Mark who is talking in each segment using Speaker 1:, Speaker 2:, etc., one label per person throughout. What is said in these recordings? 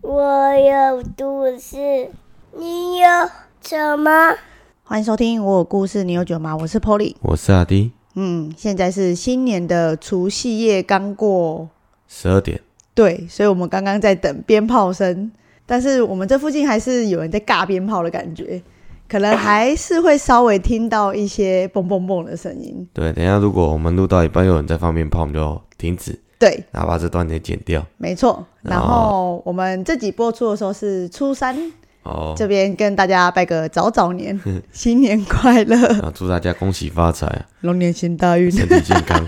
Speaker 1: 我有故事，你有什么？
Speaker 2: 欢迎收听《我有故事，你有酒吗》？我是 Polly。
Speaker 3: 我是阿迪，
Speaker 2: 嗯，现在是新年的除夕夜刚过，
Speaker 3: 十二点，
Speaker 2: 对，所以我们刚刚在等鞭炮声，但是我们这附近还是有人在尬鞭炮的感觉，可能还是会稍微听到一些嘣嘣嘣的声音。
Speaker 3: 对，等一下如果我们录到一半有人在放鞭炮，我们就停止，
Speaker 2: 对，
Speaker 3: 然后把这段给剪掉。
Speaker 2: 没错。然后我们这集播出的时候是初三，
Speaker 3: 哦，
Speaker 2: 这边跟大家拜个早早年，新年快乐，
Speaker 3: 然后祝大家恭喜 发财，啊
Speaker 2: 龙年行大运。
Speaker 3: 身体健康，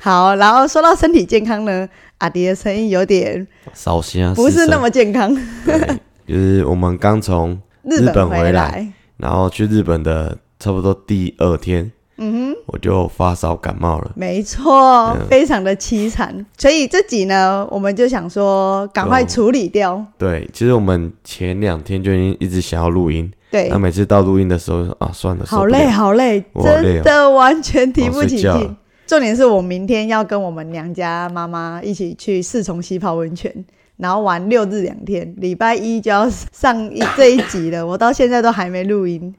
Speaker 2: 好，然后说到身体健康呢，阿迪的声音有点
Speaker 3: 烧香
Speaker 2: 不是那么健康。
Speaker 3: 对，就是我们刚从
Speaker 2: 日
Speaker 3: 日
Speaker 2: 本
Speaker 3: 本
Speaker 2: 回
Speaker 3: 回来，然后去日本的差不多第二天，嗯哼，我就发烧感冒了。
Speaker 2: 没错，
Speaker 3: 嗯
Speaker 2: 非常的凄惨。所以这集呢，我们就想说赶
Speaker 3: 哦
Speaker 2: 快处理掉。
Speaker 3: 对，其实我们前两天就已经一直想要录音，
Speaker 2: 对
Speaker 3: 那，每次到录音的时候啊，算了，
Speaker 2: 好累，
Speaker 3: 啊，
Speaker 2: 好累，
Speaker 3: 我好累
Speaker 2: 真
Speaker 3: 哦
Speaker 2: 的完全提
Speaker 3: 我
Speaker 2: 不
Speaker 3: 要
Speaker 2: 起
Speaker 3: 睡觉
Speaker 2: 劲
Speaker 3: 了。
Speaker 2: 重点是我明天要跟我们娘家妈妈一起去四重溪泡温泉，然后玩六日两天，礼拜一就要上一这一集了，我到现在都还没录音。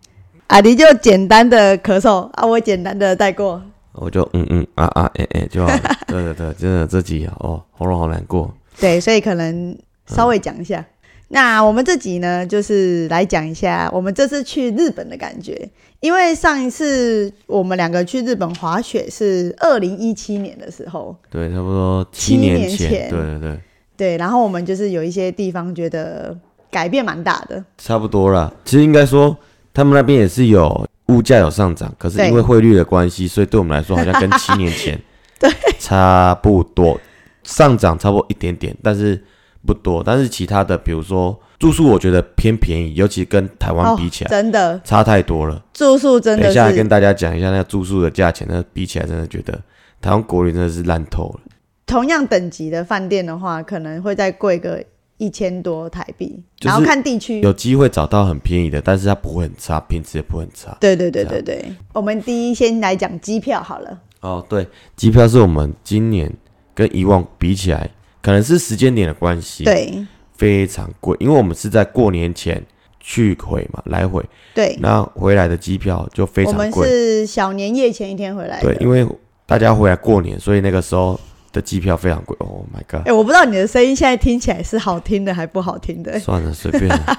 Speaker 2: 阿迪就简单的咳嗽啊，我简单的带过，
Speaker 3: 我就嗯嗯啊啊哎哎就好了。对对对，真的这集哦，喉咙好难过。
Speaker 2: 对，所以可能稍微讲一下。那我们这集呢，就是来讲一下我们这次去日本的感觉，因为上一次我们两个去日本滑雪是二零一七年的时候，
Speaker 3: 对，差不多
Speaker 2: 七
Speaker 3: 七年
Speaker 2: 年前
Speaker 3: 对对对，
Speaker 2: 对，然后我们就是有一些地方觉得改变蛮大的，
Speaker 3: 差不多啦。其实应该说，他们那边也是有物价有上涨，可是
Speaker 2: 对
Speaker 3: 因为汇率的关系，所以对我们来说好像跟七年前
Speaker 2: 对
Speaker 3: 差不多，上涨差不多一点点，但是不多。但是其他的，比如说住宿，我觉得偏便宜，尤其跟台湾比起来、
Speaker 2: 哦真的
Speaker 3: 差太多了。
Speaker 2: 住宿真
Speaker 3: 等
Speaker 2: 的
Speaker 3: 一下来跟
Speaker 2: 是
Speaker 3: 大家讲一下那个住宿的价钱，那比起来真的觉得台湾国旅真的是烂透了。
Speaker 2: 同样等级的饭店的话，可能会再贵个一千多台币，
Speaker 3: 就是
Speaker 2: 然后看地区。
Speaker 3: 有机会找到很便宜的，但是它不会很差，品质也不会很差。
Speaker 2: 对对对对对，我们第一先来讲机票好了。
Speaker 3: 哦，对，机票是我们今年跟以往比起来，可能是时间点的关系，，
Speaker 2: 对
Speaker 3: 非常贵，因为我们是在过年前去回嘛，来回，
Speaker 2: 对，
Speaker 3: 那回来的机票就非
Speaker 2: 我
Speaker 3: 常
Speaker 2: 们
Speaker 3: 贵，
Speaker 2: 是小年夜前一天回来的。
Speaker 3: 对，因为大家回来过年，所以那个时候的机票非常贵。Oh my
Speaker 2: 哎、
Speaker 3: god！
Speaker 2: 我不知道你的声音现在听起来是好听的还不好听 的。
Speaker 3: 算了，随便 了。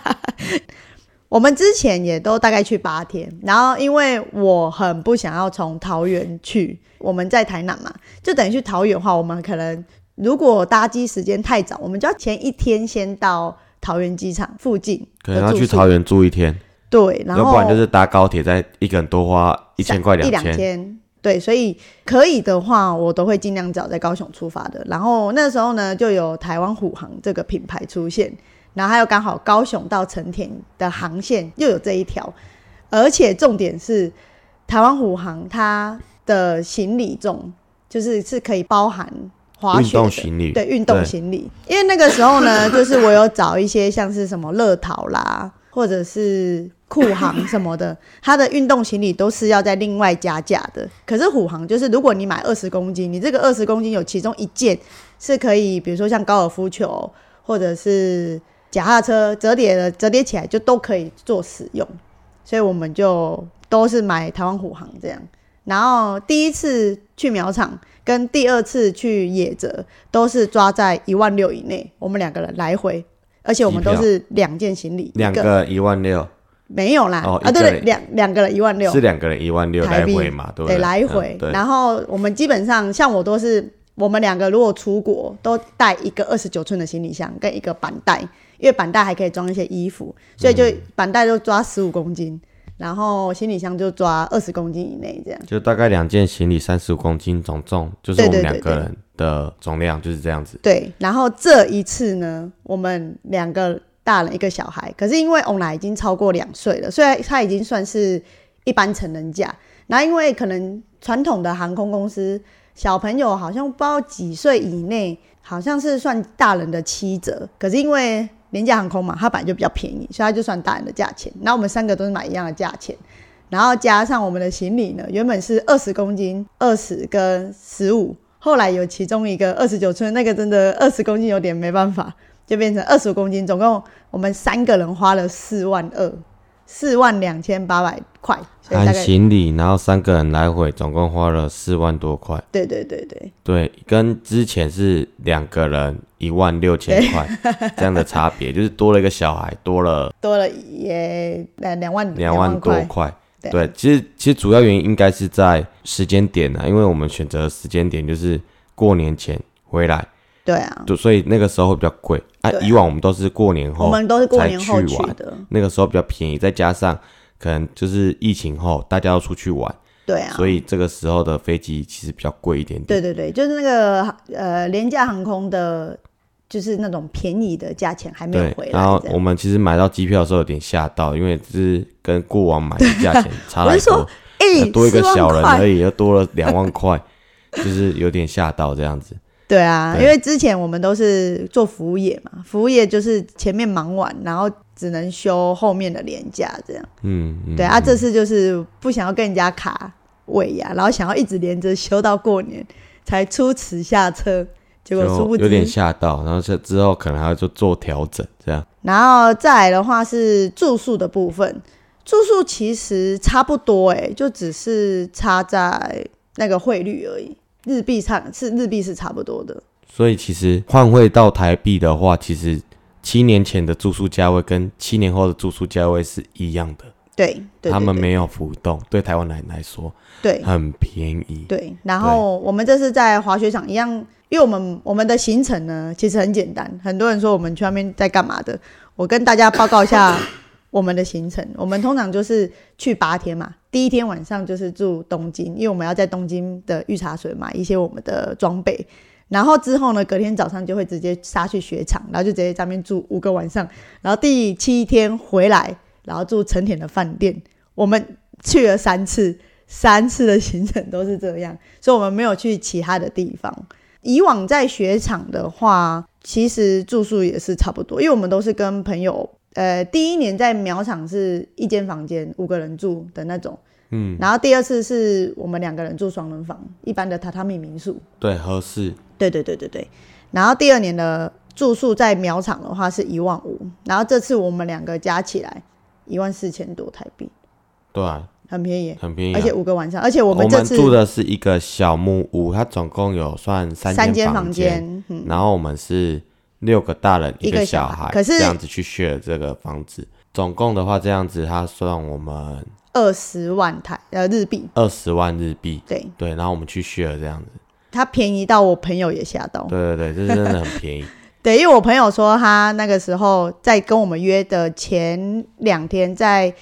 Speaker 2: 我们之前也都大概去八天，然后因为我很不想要从桃园去，我们在台南嘛，就等于去桃园的话，我们可能如果搭机时间太早，我们就要前一天先到桃园机场附近
Speaker 3: 可能要
Speaker 2: 的住
Speaker 3: 去
Speaker 2: 宿
Speaker 3: 桃园住一天，
Speaker 2: 对，然
Speaker 3: 要
Speaker 2: 后
Speaker 3: 不然就是搭高铁，再一个人多花一千块
Speaker 2: 一
Speaker 3: 两
Speaker 2: 两千。对，所以可以的话，我都会尽量找在高雄出发的。然后那时候呢，就有台湾虎航这个品牌出现，然后还有刚好高雄到成田的航线又有这一条，而且重点是台湾虎航它的行李重就是是可以包含滑
Speaker 3: 运
Speaker 2: 雪
Speaker 3: 动
Speaker 2: 的。
Speaker 3: 行李，
Speaker 2: 对运动
Speaker 3: 对
Speaker 2: 行李，因为那个时候呢， 就是我有找一些像是什么乐淘啦，或者是酷航什么的，它的运动行李都是要在另外加价的。可是虎航就是，如果你买二十公斤，你这个二十公斤有其中一件是可以，比如说像高尔夫球或者是脚踏车折叠的，折叠起来就都可以做使用，所以我们就都是买台湾虎航这样。然后第一次去苗场跟第二次去野泽都是抓在一万六以内，我们两个人来回，而且我们
Speaker 3: 机
Speaker 2: 都
Speaker 3: 票
Speaker 2: 是两件行李，
Speaker 3: 两
Speaker 2: 一
Speaker 3: 个一万六，
Speaker 2: 没有啦，
Speaker 3: 哦
Speaker 2: 啊
Speaker 3: 一
Speaker 2: 对
Speaker 3: 个
Speaker 2: 对，
Speaker 3: 人
Speaker 2: 两两个人一万六
Speaker 3: 是两个人一万六
Speaker 2: 台
Speaker 3: 来
Speaker 2: 币
Speaker 3: 回嘛，对不
Speaker 2: 对，来
Speaker 3: 嗯
Speaker 2: 回。
Speaker 3: 对，
Speaker 2: 然后我们基本上像我都是，我们两个如果出国都带一个二十九寸的行李箱跟一个板带，因为板带还可以装一些衣服，所以就
Speaker 3: 嗯
Speaker 2: 板带就抓十五公斤，然后行李箱就抓二十公斤以内这样。
Speaker 3: 就大概两件行李三十五公斤总重，就是
Speaker 2: 对
Speaker 3: 我
Speaker 2: 对
Speaker 3: 们两
Speaker 2: 对
Speaker 3: 个
Speaker 2: 对
Speaker 3: 人的总量就是这样子。
Speaker 2: 对，然后这一次呢，我们两个大人一个小孩，可是因为欧娜已经超过两岁了，所以他已经算是一般成人价。然后因为可能传统的航空公司，小朋友好像不知道几岁以内，好像是算大人的七折，可是因为廉价航空嘛，它本来就比较便宜，所以它就算大人的价钱。然后我们三个都是买一样的价钱。然后加上我们的行李呢，原本是二十公斤，二十跟十五，后来有其中一个二十九寸，那个真的二十公斤有点没办法，就变成二十五公斤，总共我们三个人花了四万二，四万两千八百块，所以大概
Speaker 3: 含行李，然后三个人来回，总共花了四万多块。
Speaker 2: 对对对对，
Speaker 3: 对，跟之前是两个人一万六千块这样的差 别，就是多了一个小孩，多了
Speaker 2: 多了也两两万
Speaker 3: 两万多
Speaker 2: 块，
Speaker 3: 块。
Speaker 2: 对
Speaker 3: 对，其实其实主要原因应该是在时间点啊呢、因为我们选择的时间点就是过年前回来，
Speaker 2: 对啊，
Speaker 3: 就所以那个时候会比较贵啊。
Speaker 2: 对啊
Speaker 3: 以往我们都是过年后，
Speaker 2: 我们都是过年后
Speaker 3: 哦才去
Speaker 2: 去
Speaker 3: 玩
Speaker 2: 的，
Speaker 3: 那个时候比较便宜，再加上可能就是疫情后大家要出去玩，
Speaker 2: 对啊，
Speaker 3: 所以这个时候的飞机其实比较贵一点点。
Speaker 2: 对对对，就是那个呃廉价航空的，就是那种便宜的价钱还没有
Speaker 3: 对
Speaker 2: 回来，
Speaker 3: 然后
Speaker 2: 这样
Speaker 3: 我们其实买到机票的时候有点吓到，因为就是跟过往买的价 钱差
Speaker 2: 我
Speaker 3: 太
Speaker 2: 是说
Speaker 3: 多，
Speaker 2: 哎，
Speaker 3: 多一个
Speaker 2: 4万
Speaker 3: 小人
Speaker 2: 块
Speaker 3: 而已，又多了两万块， 就是有点吓到这样子。
Speaker 2: 对啊，
Speaker 3: 对
Speaker 2: 因为之前我们都是做服务业嘛，服务业就是前面忙完，然后只能休后面的年假这样。
Speaker 3: 嗯，嗯
Speaker 2: 对啊，这次就是不想要跟人家卡尾牙，然后想要一直连着休到过年才出此下策，结果殊不
Speaker 3: 就有点
Speaker 2: 知。
Speaker 3: 吓到，然后这之后可能还要做做调整这样。
Speaker 2: 然后再来的话是住宿的部分，住宿其实差不多诶、就只是差在那个汇率而已，日币上是日币是差不多的。
Speaker 3: 所以其实换汇到台币的话，其实七年前的住宿价位跟七年后的住宿价位是一样的，
Speaker 2: 对，对对
Speaker 3: 他们
Speaker 2: 对
Speaker 3: 没有浮动，对台湾来来说
Speaker 2: 对
Speaker 3: 很便宜。
Speaker 2: 对，然后我们这次在滑雪场一样，因为我们我们的行程呢其实很简单，很多人说我们去那边在干嘛的，我跟大家报告一下我们的行程。我们通常就是去八天嘛，第一天晚上就是住东京，因为我们要在东京的御茶水买一些我们的装备。然后之后呢，隔天早上就会直接杀去雪场，然后就直接在那边住五个晚上，然后第七天回来，然后住成田的饭店。我们去了三次，三次的行程都是这样，所以我们没有去其他的地方。以往在雪场的话，其实住宿也是差不多，因为我们都是跟朋友，呃，第一年在苗场是一间房间五个人住的那种，嗯，然后第二次是我们两个人住双人房，一般的榻榻米民宿，
Speaker 3: 对，合适。
Speaker 2: 对对对对对。然后第二年的住宿在苗场的话是一万五，然后这次我们两个加起来一万四千多台币，
Speaker 3: 对啊，
Speaker 2: 很便宜耶，
Speaker 3: 很便宜啊、
Speaker 2: 而且五个晚上，而且我
Speaker 3: 我
Speaker 2: 们这次
Speaker 3: 住的是一个小木屋，它总共有算三
Speaker 2: 三间
Speaker 3: 房
Speaker 2: 房间，嗯，
Speaker 3: 然后我们是六个大人
Speaker 2: 一
Speaker 3: 一
Speaker 2: 个小
Speaker 3: 小
Speaker 2: 孩
Speaker 3: 孩，
Speaker 2: 可是
Speaker 3: 这样子去 share 这个房子。总共的话，这样子它算我们
Speaker 2: 二十万台呃日币，
Speaker 3: 二十万日币，
Speaker 2: 对，
Speaker 3: 对，然后我们去 share 这样子，
Speaker 2: 它便宜到我朋友也吓到。
Speaker 3: 对对对，这真的很便宜，
Speaker 2: 对，因为我朋友说他那个时候在跟我们约的前两天，在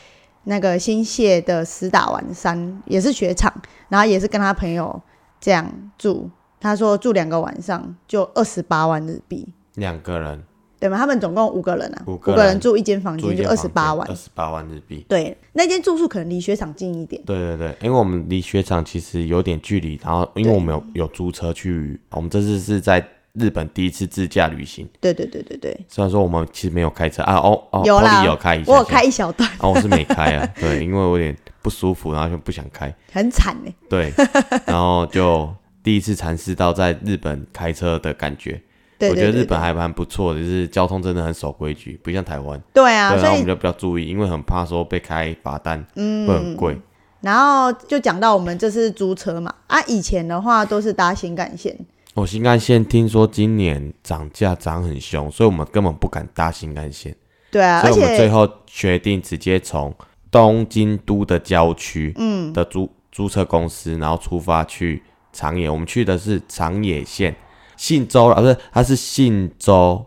Speaker 2: 那个新泻的石打丸山也是雪场，然后也是跟他朋友这样住，他说住两个晚上就二十八万日币，
Speaker 3: 两个人
Speaker 2: 对吗？他们总共五个人啊，
Speaker 3: 五
Speaker 2: 五
Speaker 3: 个人
Speaker 2: 住一间房
Speaker 3: 住
Speaker 2: 间
Speaker 3: 一
Speaker 2: 就
Speaker 3: 间
Speaker 2: 二十八万
Speaker 3: 二，十八万日币。
Speaker 2: 对，那间住宿可能离雪场近一点，
Speaker 3: 对对对，因为我们离雪场其实有点距离，然后因为我们有有租车去，我们这次是在日本第一次自驾旅行，
Speaker 2: 对对对对对，
Speaker 3: 虽然说我们其实没有开车啊，哦哦，
Speaker 2: 有啦
Speaker 3: Polly 有开一下
Speaker 2: 我有
Speaker 3: 下
Speaker 2: 开一小段，
Speaker 3: 啊，我是没开啊，对，因为我有点不舒服，然后就不想开，
Speaker 2: 很惨欸呢、
Speaker 3: 对，然后就第一次尝试到在日本开车的感觉，
Speaker 2: 对对对
Speaker 3: 我觉得日
Speaker 2: 对
Speaker 3: 本还蛮不错的，就是交通真的很守规矩，不像台湾，
Speaker 2: 对啊，
Speaker 3: 对，然
Speaker 2: 所
Speaker 3: 后我
Speaker 2: 以
Speaker 3: 们就比较注意，因为很怕说被开罚单，嗯，会很贵，
Speaker 2: 然后就讲到我们这次租车嘛，啊，以前的话都是搭新干线，
Speaker 3: 我哦新干线听说今年涨价涨很凶，所以我们根本不敢搭新干线，
Speaker 2: 对啊，而
Speaker 3: 所以我们最
Speaker 2: 且
Speaker 3: 后决定直接从东京都的郊区，嗯，的租租车公司，然后出发去长野。我们去的是长野县信州啊，不是，它是信州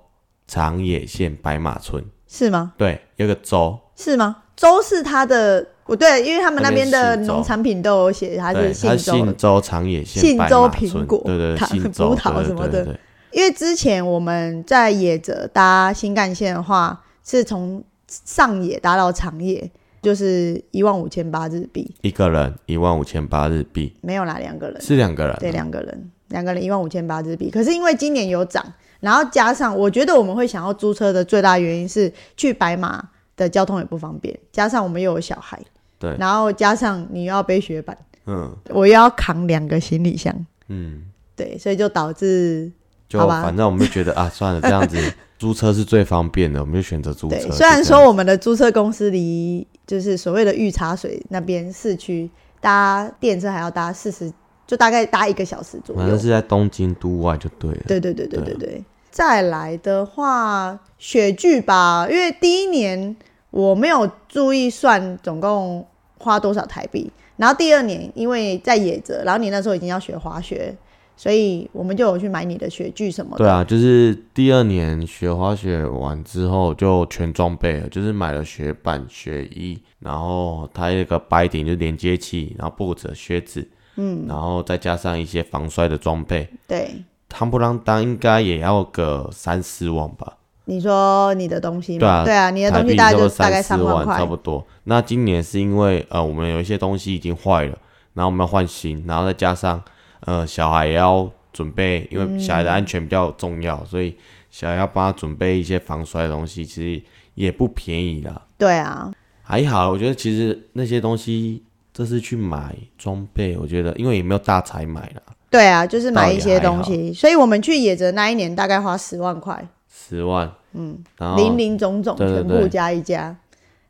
Speaker 3: 长野县白马村，
Speaker 2: 是吗？
Speaker 3: 对，有个州，
Speaker 2: 是吗？州是它的，我对，因为他们那边的
Speaker 3: 那边是州
Speaker 2: 农产品都有写它
Speaker 3: 对，
Speaker 2: 啊是
Speaker 3: 它
Speaker 2: 信
Speaker 3: 是信
Speaker 2: 州，
Speaker 3: 州长野县
Speaker 2: 信
Speaker 3: 白
Speaker 2: 州
Speaker 3: 马
Speaker 2: 苹
Speaker 3: 村
Speaker 2: 果
Speaker 3: 对对对，
Speaker 2: 糖
Speaker 3: 信州
Speaker 2: 葡萄
Speaker 3: 对对
Speaker 2: 什么
Speaker 3: 对
Speaker 2: 的
Speaker 3: 对对
Speaker 2: 因为之前我们在野泽搭新干线的话，是从上野搭到长野，就是一万五千八日币，
Speaker 3: 一个人一万五千八日币，
Speaker 2: 没有啦，两个人。
Speaker 3: 是两个人啊，
Speaker 2: 呃对，两个人，两个人一万五千八日币。可是因为今年有涨，然后加上我觉得我们会想要租车的最大原因是去白马的交通也不方便，加上我们又有小孩，
Speaker 3: 对
Speaker 2: 然后加上你又要背雪板，
Speaker 3: 嗯
Speaker 2: 我又要扛两个行李箱，
Speaker 3: 嗯，
Speaker 2: 对，所以就导致
Speaker 3: 就
Speaker 2: 好吧
Speaker 3: 反正我们就觉得 啊，算了，这样子租车是最方便的，我们就选择租车。
Speaker 2: 对，
Speaker 3: 就
Speaker 2: 虽然
Speaker 3: 这样
Speaker 2: 说我们的租车公司离就是所谓的御茶水那边市区搭电车还要搭四十，就大概搭一个小时左
Speaker 3: 反
Speaker 2: 右
Speaker 3: 正。是在东京都外就对了。
Speaker 2: 对对对对对
Speaker 3: 对啊
Speaker 2: 对。再来的话，雪具吧，因为第一年我没有注意算总共花多少台币，然后第二年因为在野泽，然后你那时候已经要学滑雪，所以我们就有去买你的雪具什么的。
Speaker 3: 对啊，就是第二年学滑雪完之后就全装备了，就是买了雪板、雪衣，然后它有一个白顶就是连接器，然后布子、靴子，嗯，然后再加上一些防摔的装备。
Speaker 2: 对
Speaker 3: 汤不啷当应该也要个三四万吧？
Speaker 2: 你说你的东西
Speaker 3: 对
Speaker 2: 嘛，
Speaker 3: 啊，
Speaker 2: 对啊，你的
Speaker 3: 台
Speaker 2: 东西
Speaker 3: 币
Speaker 2: 大概
Speaker 3: 差不
Speaker 2: 就
Speaker 3: 多
Speaker 2: 大概三
Speaker 3: 三四万
Speaker 2: 块
Speaker 3: 差，不多。那今年是因为呃，我们有一些东西已经坏了，然后我们要换新，然后再加上呃，小孩也要准备，因为小孩的安全比较重要，所以小孩要帮他准备一些防摔的东西，其实也不便宜啦。
Speaker 2: 对啊，
Speaker 3: 还好，我觉得其实那些东西这次去买装备，我觉得因为也没有大才买啦，
Speaker 2: 对啊，就是买
Speaker 3: 倒也
Speaker 2: 一些
Speaker 3: 还
Speaker 2: 东西，所以我们去野泽那一年大概花十万块，
Speaker 3: 十万，嗯，然后
Speaker 2: 零零总总
Speaker 3: 对对
Speaker 2: 全
Speaker 3: 对
Speaker 2: 部加一加。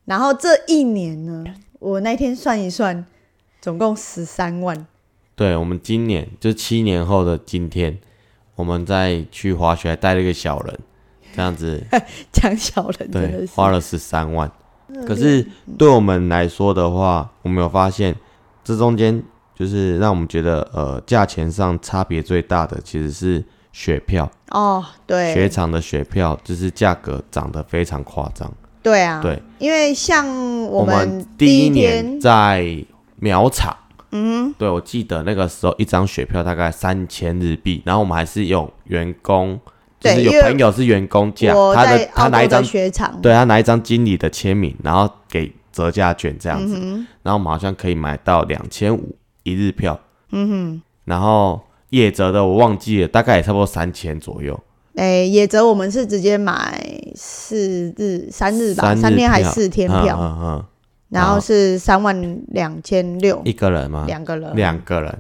Speaker 2: 然后这一年呢，我那天算一算，总共十三万。
Speaker 3: 对，我们今年就七年后的今天，我们再去滑雪，还带了一个小人，这样子，
Speaker 2: 讲小人 真
Speaker 3: 对
Speaker 2: 的，是
Speaker 3: 花了十三万。可是对我们来说的话，我们有发现，这中间就是让我们觉得，呃，价钱上差别最大的其实是雪票，
Speaker 2: 哦，
Speaker 3: 雪
Speaker 2: 对
Speaker 3: 场的雪票就是价格涨得非常夸张。
Speaker 2: 对啊，
Speaker 3: 对，
Speaker 2: 因为像我
Speaker 3: 我
Speaker 2: 们
Speaker 3: 第
Speaker 2: 一
Speaker 3: 年
Speaker 2: 天
Speaker 3: 在苗场，嗯，对，我记得那个时候一张雪票大概三千日币，然后我们还是用员工，就
Speaker 2: 对
Speaker 3: 是有
Speaker 2: 因为
Speaker 3: 朋友是员工价，
Speaker 2: 我
Speaker 3: 他
Speaker 2: 在
Speaker 3: 的他
Speaker 2: 澳
Speaker 3: 拿一
Speaker 2: 洲
Speaker 3: 张
Speaker 2: 的，雪场，
Speaker 3: 对他拿一张经理的签名，然后给折价券这样
Speaker 2: 嗯
Speaker 3: 子，然后我们好像可以买到两千五一日票，嗯哼，然后夜折的我忘记了，大概也差不多三千左右，
Speaker 2: 哎，野泽我们是直接买四日三日吧，
Speaker 3: 日
Speaker 2: 三天还
Speaker 3: 票
Speaker 2: 四天
Speaker 3: 嗯
Speaker 2: 票，
Speaker 3: 嗯嗯，
Speaker 2: 然后是三万两千六
Speaker 3: 一个人吗？
Speaker 2: 两个人，
Speaker 3: 两个人。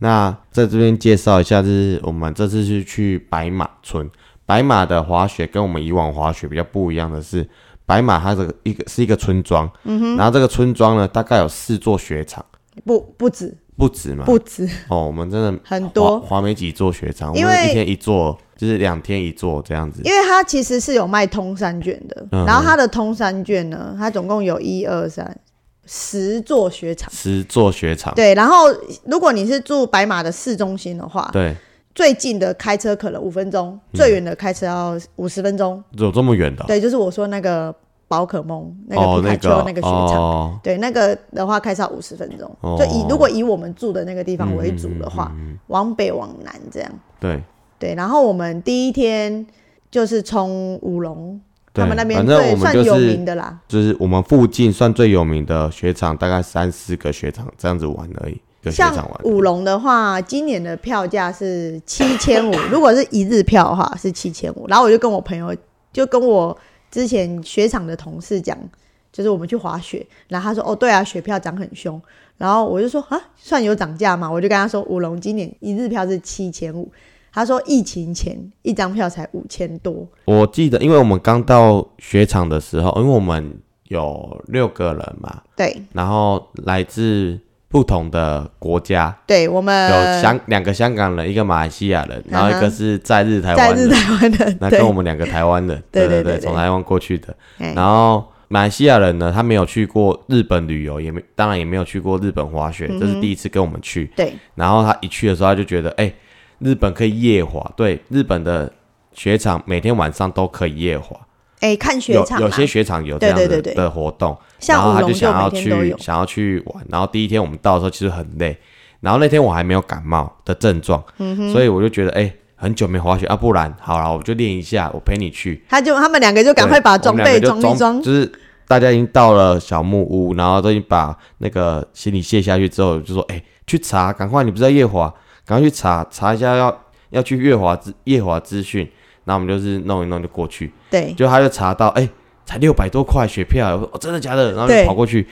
Speaker 3: 那在这边介绍一下，就是我们这次是去白马村。白马的滑雪跟我们以往滑雪比较不一样的是，白马它这个一个是一个村庄，嗯哼，然后这个村庄呢大概有四座雪场，
Speaker 2: 不不止
Speaker 3: 不止嘛，
Speaker 2: 不止，
Speaker 3: 哦，我们真的
Speaker 2: 很
Speaker 3: 滑
Speaker 2: 多
Speaker 3: 滑没几座雪场，我
Speaker 2: 因为
Speaker 3: 们一天一座，就是两天一座这样子，
Speaker 2: 因为它其实是有卖通山卷的，
Speaker 3: 嗯
Speaker 2: 然后它的通山卷呢，它总共有一二三十座雪场。
Speaker 3: 十座雪场，
Speaker 2: 对，然后如果你是住白马的市中心的话，
Speaker 3: 对，
Speaker 2: 最近的开车可能五分钟，最远的开车要五十分钟。
Speaker 3: 有这么远的哦，
Speaker 2: 对，就是我说那个宝可梦那
Speaker 3: 哦
Speaker 2: 个，皮卡丘
Speaker 3: 个
Speaker 2: 那个雪场。
Speaker 3: 哦，
Speaker 2: 对，那个的话开车要五十分钟，
Speaker 3: 哦
Speaker 2: 就以如果以我们住的那个地方
Speaker 3: 嗯
Speaker 2: 为主的话，往北往南这样。
Speaker 3: 对，
Speaker 2: 对，然后我们第一天就是冲五龙，他
Speaker 3: 对
Speaker 2: 们那边
Speaker 3: 反正
Speaker 2: 最
Speaker 3: 我们
Speaker 2: 算
Speaker 3: 就
Speaker 2: 有
Speaker 3: 是
Speaker 2: 名的啦。
Speaker 3: 就是我们附近算最有名的雪场，大概三四个雪场这样子玩而已，一个雪
Speaker 2: 像
Speaker 3: 场玩。
Speaker 2: 五龙的话，今年的票价是七千五， 如果是一日票的话是七千五。然后我就跟我朋友，就跟我之前雪场的同事讲，就是我们去滑雪，然后他说：“哦，对啊，雪票涨很凶。”然后我就说：“啊，算有涨价吗？”我就跟他说：“五龙今年一日票是七千五。”他说：“疫情前一张票才五千多。
Speaker 3: 我记得，因为我们刚到雪场的时候，因为我们有六个人嘛，”
Speaker 2: 对
Speaker 3: 然后来自不同的国家，
Speaker 2: 对，我
Speaker 3: 有
Speaker 2: 们
Speaker 3: 香两个香港人，一个马来西亚人，然后一个
Speaker 2: 呃嗯哼
Speaker 3: 是在日台
Speaker 2: 在
Speaker 3: 湾
Speaker 2: 日
Speaker 3: 人，
Speaker 2: 台湾的，
Speaker 3: 那
Speaker 2: 对
Speaker 3: 跟我们两个台湾人，
Speaker 2: 对对
Speaker 3: 对
Speaker 2: 对对
Speaker 3: 从台湾过去的。
Speaker 2: 哎
Speaker 3: 然后马来西亚人呢，他没有去过日本旅游，也没当然也没有去过日本滑雪，
Speaker 2: 嗯
Speaker 3: 这是第一次跟我们去。
Speaker 2: 对
Speaker 3: 然后他一去的时候，他就觉得，哎、日本可以夜滑，对，日本的雪场每天晚上都可以夜滑，
Speaker 2: 哎、看雪
Speaker 3: 有
Speaker 2: 场
Speaker 3: 有
Speaker 2: 啦
Speaker 3: 些雪场有这样的
Speaker 2: 对对对对
Speaker 3: 的活动，
Speaker 2: 像
Speaker 3: 然后
Speaker 2: 舞
Speaker 3: 他
Speaker 2: 龙
Speaker 3: 就想要
Speaker 2: 每天都
Speaker 3: 去
Speaker 2: 有，
Speaker 3: 想要去玩，然后第一天我们到的时候其实很累，然后那天我还没有感冒的症状，
Speaker 2: 嗯
Speaker 3: 所以我就觉得，哎、很久没滑雪啊，不然好了，我就练一下，我陪你去，
Speaker 2: 他就他们两个就赶快把装备装一装，
Speaker 3: 就是大家已经到了小木屋，然后都已经把那个行李卸下去之后，就说：“哎、去查，赶快！你不知道夜华，赶快去查查一下要要去夜华资夜华资讯。”然后我们就是弄一弄就过去，
Speaker 2: 对
Speaker 3: 就他就查到，哎、才六百多块雪票，我说、哦、真的假的？然后就
Speaker 2: 对
Speaker 3: 跑过去，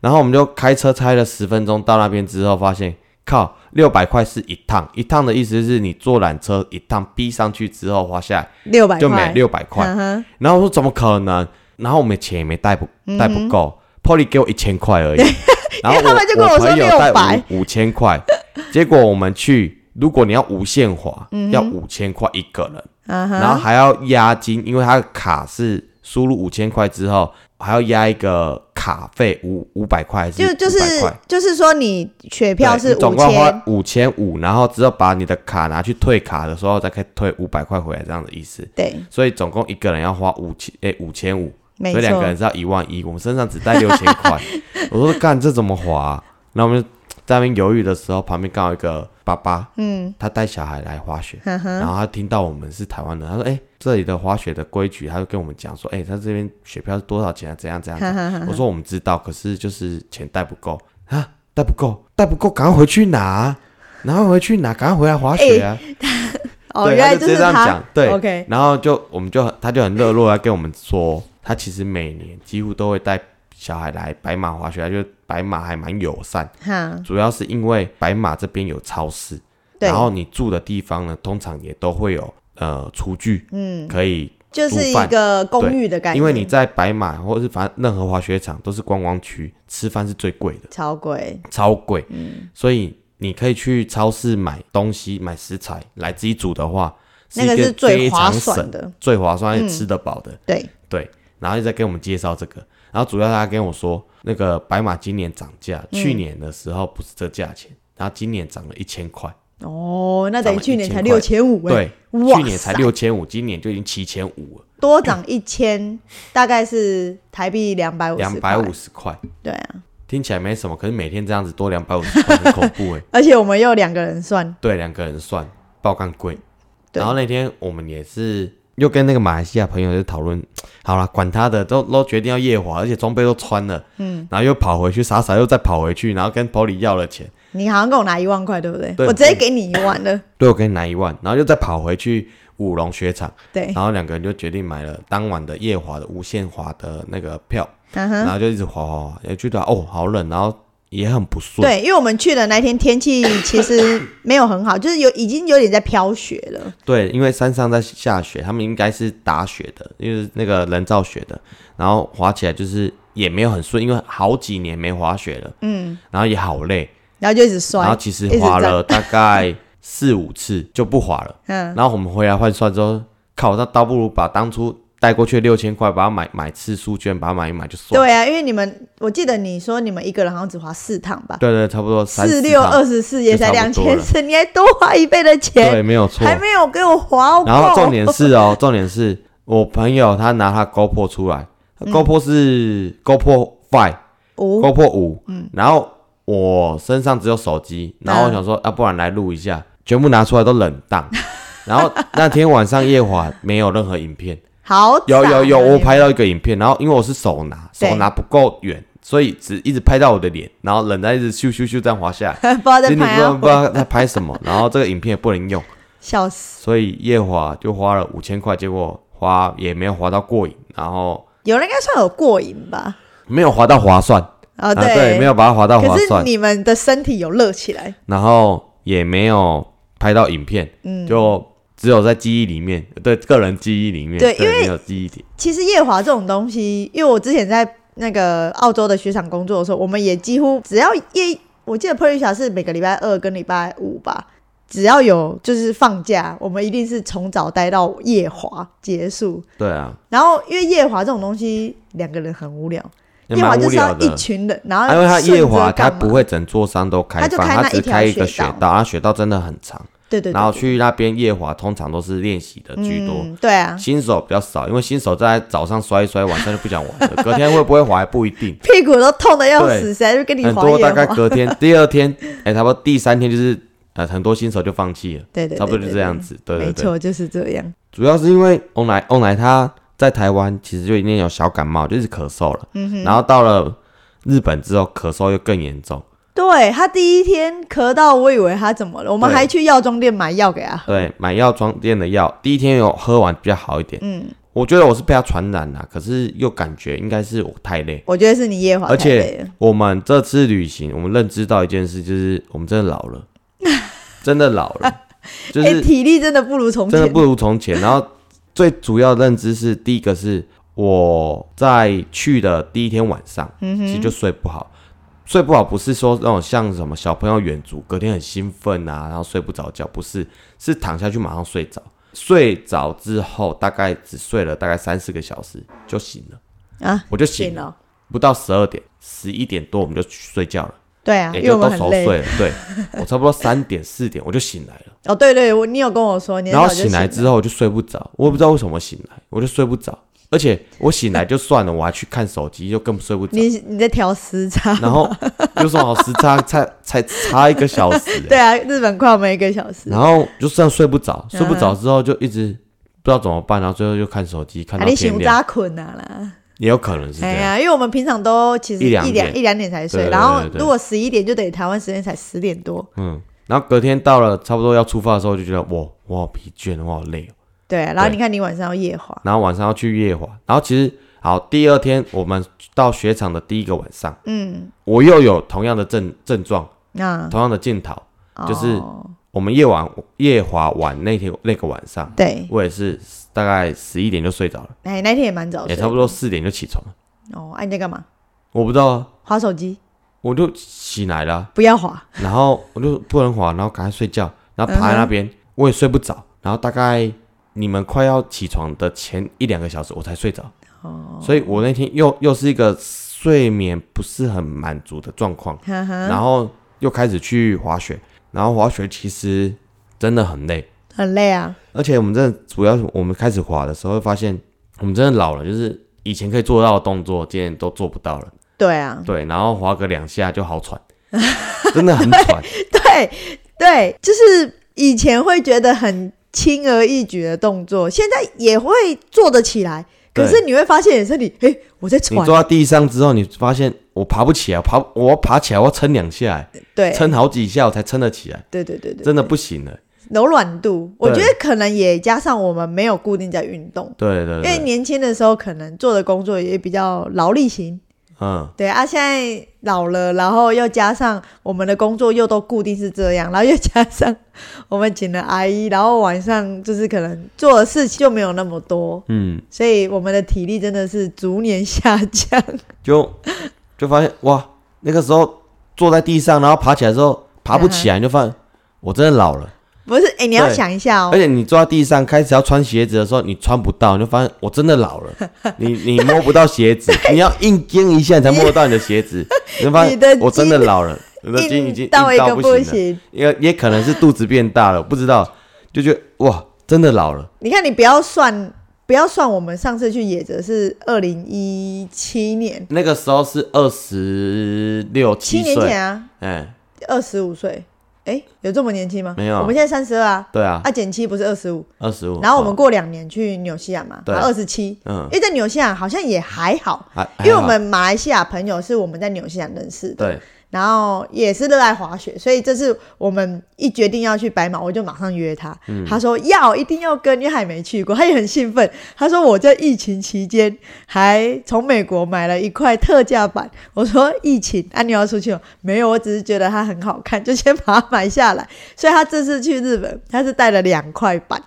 Speaker 3: 然后我们就开车开了十分钟到那边之后，发现靠，六百块是一趟，一趟的意思是你坐缆车一趟逼上去之后花下来
Speaker 2: 六百
Speaker 3: 就没六百块。
Speaker 2: 嗯哼，
Speaker 3: 然后我说怎么可能？然后我们钱也没带不带不够、p o l y 给我一千块而已， 然
Speaker 2: 嗯因
Speaker 3: 后
Speaker 2: 为他们就跟
Speaker 3: 我
Speaker 2: 我说
Speaker 3: 朋友带
Speaker 2: 600
Speaker 3: 五五千块，结果我们去，如果你要无限滑，要五千块一个人，
Speaker 2: 嗯哼，
Speaker 3: 然后还要押金，因为他的卡是输入五千块之后还要押一个卡费五五百块还是
Speaker 2: 就就是
Speaker 3: 500块
Speaker 2: 就是说你雪票
Speaker 3: 对
Speaker 2: 是
Speaker 3: 你总
Speaker 2: 五
Speaker 3: 共花
Speaker 2: 千，
Speaker 3: 五千五，然后只有把你的卡拿去退卡的时候，再可以退五百块回来，这样的意思。
Speaker 2: 对，
Speaker 3: 所以总共一个人要花五千，哎，五千五，
Speaker 2: 没
Speaker 3: 所以两
Speaker 2: 错
Speaker 3: 个人是要一万一。我们身上只带六千 块，我说干这怎么划、啊？然后我们就在那边犹豫的时候，旁边刚好有一个爸爸，
Speaker 2: 嗯，
Speaker 3: 他带小孩来滑雪，
Speaker 2: 嗯哼，
Speaker 3: 然后他听到我们是台湾人，他说：“哎、这里的滑雪的规矩，他就跟我们讲说，哎、他这边雪票是多少钱啊？怎样怎样
Speaker 2: 哈
Speaker 3: 怎
Speaker 2: 哈
Speaker 3: 样
Speaker 2: 哈哈
Speaker 3: 我说：“我们知道，可是就是钱带不够啊，带不够，带不够，赶快回去拿啊，然后回去拿，赶快回来滑雪啊！”
Speaker 2: 哦，
Speaker 3: 对，
Speaker 2: 原
Speaker 3: 他
Speaker 2: 来
Speaker 3: 就直
Speaker 2: 是
Speaker 3: 接这样
Speaker 2: 他
Speaker 3: 讲，对
Speaker 2: OK，
Speaker 3: 然后就我们就很他就很热络来跟我们说，他其实每年几乎都会带小孩来白马滑雪，他就白马还蛮友善，
Speaker 2: 哈，
Speaker 3: 主要是因为白马这边有超市，
Speaker 2: 嗯对
Speaker 3: 然后你住的地方呢，通常也都会有呃厨具，嗯，可以
Speaker 2: 就是
Speaker 3: 煮
Speaker 2: 一
Speaker 3: 饭
Speaker 2: 个公
Speaker 3: 对
Speaker 2: 寓的感觉，
Speaker 3: 因为你在白马或者是反正任何滑雪场都是观光区，吃饭是最贵的，
Speaker 2: 超贵，
Speaker 3: 超贵，
Speaker 2: 嗯
Speaker 3: 所以你可以去超市买东西、买食材来自己煮的话，
Speaker 2: 那个
Speaker 3: 一
Speaker 2: 是最
Speaker 3: 非
Speaker 2: 划
Speaker 3: 常
Speaker 2: 算
Speaker 3: 省、
Speaker 2: 的，嗯
Speaker 3: 最划算、也吃得饱的。
Speaker 2: 对，
Speaker 3: 对，然后一直在跟我们介绍这个，然后主要他跟我说，那个白马今年涨价，
Speaker 2: 嗯
Speaker 3: 去年的时候不是这价钱，然后今年涨了一千块，
Speaker 2: 哦，那等于
Speaker 3: 涨了
Speaker 2: 去年才
Speaker 3: 1000
Speaker 2: 六千五，欸
Speaker 3: 对，
Speaker 2: 哇
Speaker 3: 去年才
Speaker 2: 塞
Speaker 3: 六千五，今年就已经七千五了，
Speaker 2: 多涨一千，大概是台币两百五十，
Speaker 3: 两百五，十块，
Speaker 2: 对啊，
Speaker 3: 听起来没什么，可是每天这样子多两百五十块很恐怖哎、
Speaker 2: 而且我们又两个人算，
Speaker 3: 对，两个人算爆干贵。
Speaker 2: 对
Speaker 3: 然后那天我们也是又跟那个马来西亚朋友就讨论，好啦，管他的，都都决定要夜滑，而且装备都穿了，嗯，然后又跑回去，傻傻又再跑回去，然后跟 Polly 要了钱，
Speaker 2: 你好像跟我拿一万块，对不对？
Speaker 3: 对
Speaker 2: 我直接给你一万了，
Speaker 3: 对我给你拿一万，然后又再跑回去五龙雪场，
Speaker 2: 对，
Speaker 3: 然后两个人就决定买了当晚的夜滑的无限滑的那个票，
Speaker 2: 嗯
Speaker 3: 然
Speaker 2: 哼，
Speaker 3: 后就一直滑滑滑，也觉得哦好冷，然后也很不顺，
Speaker 2: 对，因为我们去的那天天 气其实没有很好，就是有已经有点在飘雪了，
Speaker 3: 对，因为山上在下雪，他们应该是打雪的，因为那个人造雪的，然后滑起来就是也没有很顺，因为好几年没滑雪了，嗯，然后也好累，
Speaker 2: 然后就一直摔，
Speaker 3: 然后其实
Speaker 2: 一直
Speaker 3: 滑
Speaker 2: 在
Speaker 3: 了大概四五次就不滑了，
Speaker 2: 嗯，
Speaker 3: 然后我们回来换算之后，靠，那倒不如把当初带过去的六千块，把它买买次数券，把它买一买就算了，
Speaker 2: 对啊，因为你们，我记得你说你们一个人好像只花四趟吧，
Speaker 3: 对对，差不多三
Speaker 2: 啊四六
Speaker 3: 趟
Speaker 2: 二十四也才
Speaker 3: 就差
Speaker 2: 两
Speaker 3: 不多
Speaker 2: 千
Speaker 3: 了
Speaker 2: 四，你还多花一倍的
Speaker 3: 对，
Speaker 2: 钱，
Speaker 3: 没有错，
Speaker 2: 还没有给我划够。
Speaker 3: 然后重点是哦，重点是我朋友他拿他 GoPro 出来、g
Speaker 2: 嗯
Speaker 3: o p r o 是 GoPro Five、
Speaker 2: 五
Speaker 3: GoPro 五，然后我身上只有手机，然后我
Speaker 2: 嗯
Speaker 3: 想说，要、不然来录一下，全部拿出来都冷淡。 然后那天晚上夜华没有任何影片，
Speaker 2: 好惨
Speaker 3: 有
Speaker 2: 啊，
Speaker 3: 有有，
Speaker 2: 你
Speaker 3: 我
Speaker 2: 们
Speaker 3: 拍到一个影片，然后因为我是手拿，
Speaker 2: 对
Speaker 3: 手拿不够远，所以只一直拍到我的脸，然后冷在一直咻咻咻这样滑下 来，
Speaker 2: 不知道在
Speaker 3: 其实你不
Speaker 2: 拍
Speaker 3: 知道不知
Speaker 2: 啊，
Speaker 3: 道在拍什么，然后这个影片也不能用。
Speaker 2: 笑死！
Speaker 3: 所以夜滑就花了五千块，结果花也没有滑到过瘾，然后
Speaker 2: 有人应该算有过瘾吧？
Speaker 3: 没有滑到划算
Speaker 2: 啊，
Speaker 3: 啊，对，没有把它滑到划
Speaker 2: 可是
Speaker 3: 算，
Speaker 2: 你们的身体有热起来，
Speaker 3: 然后也没有拍到影片，嗯，就只有在记忆里面，对个人记忆里面，
Speaker 2: 对
Speaker 3: 对，
Speaker 2: 因为
Speaker 3: 没有记忆点，
Speaker 2: 其实夜滑这种东西，因为我之前在那个澳洲的雪场工作的时候，我们也几乎只要夜，我记得 p e r i s a 是每个礼拜二跟礼拜五吧，只要有就是放假，我们一定是从早待到夜滑结束。
Speaker 3: 对啊，
Speaker 2: 然后因为夜滑这种东西，两个人很无聊，
Speaker 3: 也
Speaker 2: 夜滑
Speaker 3: 蛮
Speaker 2: 就
Speaker 3: 无
Speaker 2: 是要
Speaker 3: 聊
Speaker 2: 一
Speaker 3: 的。
Speaker 2: 群人，然后
Speaker 3: 啊因为它
Speaker 2: 顺
Speaker 3: 夜
Speaker 2: 着
Speaker 3: 滑，它
Speaker 2: 干嘛
Speaker 3: 不会整座山都开
Speaker 2: 它就
Speaker 3: 放，
Speaker 2: 开
Speaker 3: 它
Speaker 2: 那一
Speaker 3: 只
Speaker 2: 条
Speaker 3: 开一个
Speaker 2: 雪
Speaker 3: 雪
Speaker 2: 道
Speaker 3: 道，啊它雪道真的很长。
Speaker 2: 对对对，
Speaker 3: 然后
Speaker 2: 对
Speaker 3: 去那边夜滑，通常都是练习的居多，
Speaker 2: 嗯，对啊，
Speaker 3: 新手比较少，因为新手在早上摔一摔，晚上就不想玩 了，隔天会不会滑还不一定。
Speaker 2: 屁股都痛的要死，
Speaker 3: 对
Speaker 2: 谁还会跟你
Speaker 3: 很
Speaker 2: 滑
Speaker 3: 多
Speaker 2: 夜
Speaker 3: 大概
Speaker 2: 滑？
Speaker 3: 隔天、第二天，哎、差不多第三天就是呃，很多新手就放弃了，
Speaker 2: 对对，
Speaker 3: 差不多
Speaker 2: 对对
Speaker 3: 就这
Speaker 2: 对
Speaker 3: 样子。对对
Speaker 2: 没
Speaker 3: 对，
Speaker 2: 错，就是这样。
Speaker 3: 主要是因为欧莱欧莱他在台湾其实就已经有小感冒，就是咳嗽了，
Speaker 2: 嗯
Speaker 3: 然后到了日本之后咳嗽又更严重，
Speaker 2: 对他第一天咳到，我以为他怎么了，我们
Speaker 3: 对
Speaker 2: 还去药妆店买药给他喝。
Speaker 3: 对，买药妆店的药，第一天有喝完比较好一点，嗯，我觉得我是被他传染了、可是又感觉应该是我太累。
Speaker 2: 我觉得是你夜华
Speaker 3: 而
Speaker 2: 太累
Speaker 3: 且
Speaker 2: 了，
Speaker 3: 我们这次旅行，我们认知到一件事，就是我们真的老 了，真的老了，就
Speaker 2: 哎、
Speaker 3: 是
Speaker 2: 体力真的不如从
Speaker 3: 真的
Speaker 2: 前。
Speaker 3: 不如从前。然后最主要认知是，第一个是我在去的第一天晚上，
Speaker 2: 嗯
Speaker 3: 其实就睡不好。睡不好不是说那种像什么小朋友远足，隔天很兴奋啊，然后睡不着觉，不是，是躺下去马上睡着。睡着之后，大概只睡了大概三四个小时就醒了，
Speaker 2: 啊，
Speaker 3: 我就
Speaker 2: 醒
Speaker 3: 醒了，
Speaker 2: 了，
Speaker 3: 不到十二点，十一点多我们就去睡觉了，
Speaker 2: 对啊，
Speaker 3: 也、
Speaker 2: 因为我
Speaker 3: 就都
Speaker 2: 们很
Speaker 3: 熟
Speaker 2: 累。
Speaker 3: 睡了。对，我差不多三点四点我就醒来了。
Speaker 2: 哦，对对，我你有跟我说，你
Speaker 3: 然后
Speaker 2: 醒
Speaker 3: 醒来之后我就睡不着，我也不知道为什么醒来，我就睡不着，而且我醒来就算了，我还去看手机，就更睡不着
Speaker 2: 你。你在调时差，
Speaker 3: 然后有什么好时差，才才差一个小时、欸
Speaker 2: 对啊，日本快要没一个小时，
Speaker 3: 然后就这样睡不着，
Speaker 2: 嗯
Speaker 3: 睡不着之后就一直不知道怎么办，然后最后就看手机，看
Speaker 2: 啊，
Speaker 3: 到
Speaker 2: 你醒
Speaker 3: 天
Speaker 2: 不
Speaker 3: 亮，
Speaker 2: 扎困啊啦。
Speaker 3: 也有可能是这
Speaker 2: 哎
Speaker 3: 样。
Speaker 2: 呀，因为我们平常都其实
Speaker 3: 一两
Speaker 2: 一
Speaker 3: 点
Speaker 2: 两一两点才
Speaker 3: 对
Speaker 2: 睡，
Speaker 3: 对
Speaker 2: 然后
Speaker 3: 对对对
Speaker 2: 如果十一点就等于台湾时间才十点多，
Speaker 3: 嗯，然后隔天到了差不多要出发的时候，就觉得哇，我好疲倦，我好累哦。
Speaker 2: 对啊。然后
Speaker 3: 对
Speaker 2: 你看你晚上要夜华，
Speaker 3: 然后晚上要去夜华，然后其实好，第二天我们到雪场的第一个晚上，嗯，我又有同样的症症状，
Speaker 2: 那
Speaker 3: 同样的镜头，就是
Speaker 2: 哦
Speaker 3: 我们夜晚夜华晚那天那个晚上，
Speaker 2: 对，
Speaker 3: 我也是大概十一点就睡着了，
Speaker 2: 哎，那天也蛮早
Speaker 3: 也
Speaker 2: 睡
Speaker 3: 差不多四点就起床了。
Speaker 2: 哦。哎，你在干嘛？
Speaker 3: 我不知道啊，
Speaker 2: 划手机，
Speaker 3: 我就醒来了，
Speaker 2: 不要划。
Speaker 3: 然后我就不能滑，然后赶快睡觉，然后趴在那边、我也睡不着，然后大概你们快要起床的前一两个小时我才睡着，所以我那天又又是一个睡眠不是很满足的状况。
Speaker 2: 哈哈，
Speaker 3: 然后又开始去滑雪，然后滑雪其实真的很累，
Speaker 2: 很累啊。
Speaker 3: 而且我们真的主要是我们开始滑的时候会发现，我们真的老了，就是以前可以做到的动作，今天都做不到了。
Speaker 2: 对啊，
Speaker 3: 对，然后滑个两下就好喘，真的很喘。
Speaker 2: 对对，就是以前会觉得很轻而易举的动作，现在也会做得起来。可
Speaker 3: 对
Speaker 2: 是你会发现你身体，哎，我在
Speaker 3: 你
Speaker 2: 喘
Speaker 3: 坐。到地上之后，你发现我爬不起来，爬我要爬起来，我要撑两下欸，
Speaker 2: 对，
Speaker 3: 撑好几下我才撑得起来，
Speaker 2: 对对对对，
Speaker 3: 真的不行了。
Speaker 2: 柔软度，我觉
Speaker 3: 对
Speaker 2: 得可能也加上我们没有固定在运动，
Speaker 3: 对对
Speaker 2: 因为
Speaker 3: 对，
Speaker 2: 年轻的时候可能做的工作也比较劳力型，
Speaker 3: 嗯，
Speaker 2: 对啊，现在老了，然后又加上我们的工作又都固定是这样，然后又加上我们请了阿姨，然后晚上就是可能做的事情就没有那么多，
Speaker 3: 嗯，
Speaker 2: 所以我们的体力真的是逐年下降。
Speaker 3: 就就发现哇，那个时候坐在地上，然后爬起来之后爬不起来，你就发现我真的老了。
Speaker 2: 不是，哎，你要
Speaker 3: 对
Speaker 2: 想一下哦
Speaker 3: 而，且你坐在地上开始要穿鞋子的时候，你穿不到，你就发现我真的老 了，你你摸不到鞋子，你要硬撑一下你才摸得到你的鞋子，你就发
Speaker 2: 你
Speaker 3: 现
Speaker 2: 的筋
Speaker 3: 我真的老了，我的筋已经硬
Speaker 2: 到一个
Speaker 3: 不了，
Speaker 2: 行。
Speaker 3: 也也可能是肚子变大了，不知道，就觉得哇，真的老了，
Speaker 2: 你看，你不要算，不要算，我们上次去野泽是二零一七年，
Speaker 3: 那个时候是二十六
Speaker 2: 七
Speaker 3: 七
Speaker 2: 年
Speaker 3: 岁，
Speaker 2: 前啊，
Speaker 3: 哎，
Speaker 2: 二十五岁，哎，有这么年轻吗？
Speaker 3: 没有
Speaker 2: 我们现在三十二啊，
Speaker 3: 对啊
Speaker 2: 啊，，减七不是二十五，
Speaker 3: 二十五，
Speaker 2: 然后我们过两年去纽西兰嘛，
Speaker 3: 嗯对
Speaker 2: 然后二十七，
Speaker 3: 嗯
Speaker 2: 因为在纽西兰好像也还好，
Speaker 3: 还
Speaker 2: 因为
Speaker 3: 还
Speaker 2: 我
Speaker 3: 好
Speaker 2: 们马来西亚朋友是我们在纽西兰认识的，
Speaker 3: 对，
Speaker 2: 然后也是热爱滑雪，所以这次我们一决定要去白马，我就马上约他。
Speaker 3: 嗯
Speaker 2: 他说要一定要跟，因为他也没去过，他也很兴奋。他说我在疫情期间还从美国买了一块特价版。我说疫情，啊你要出去吗？没有，我只是觉得它很好看，就先把它买下来。所以他这次去日本，他是带了两块板。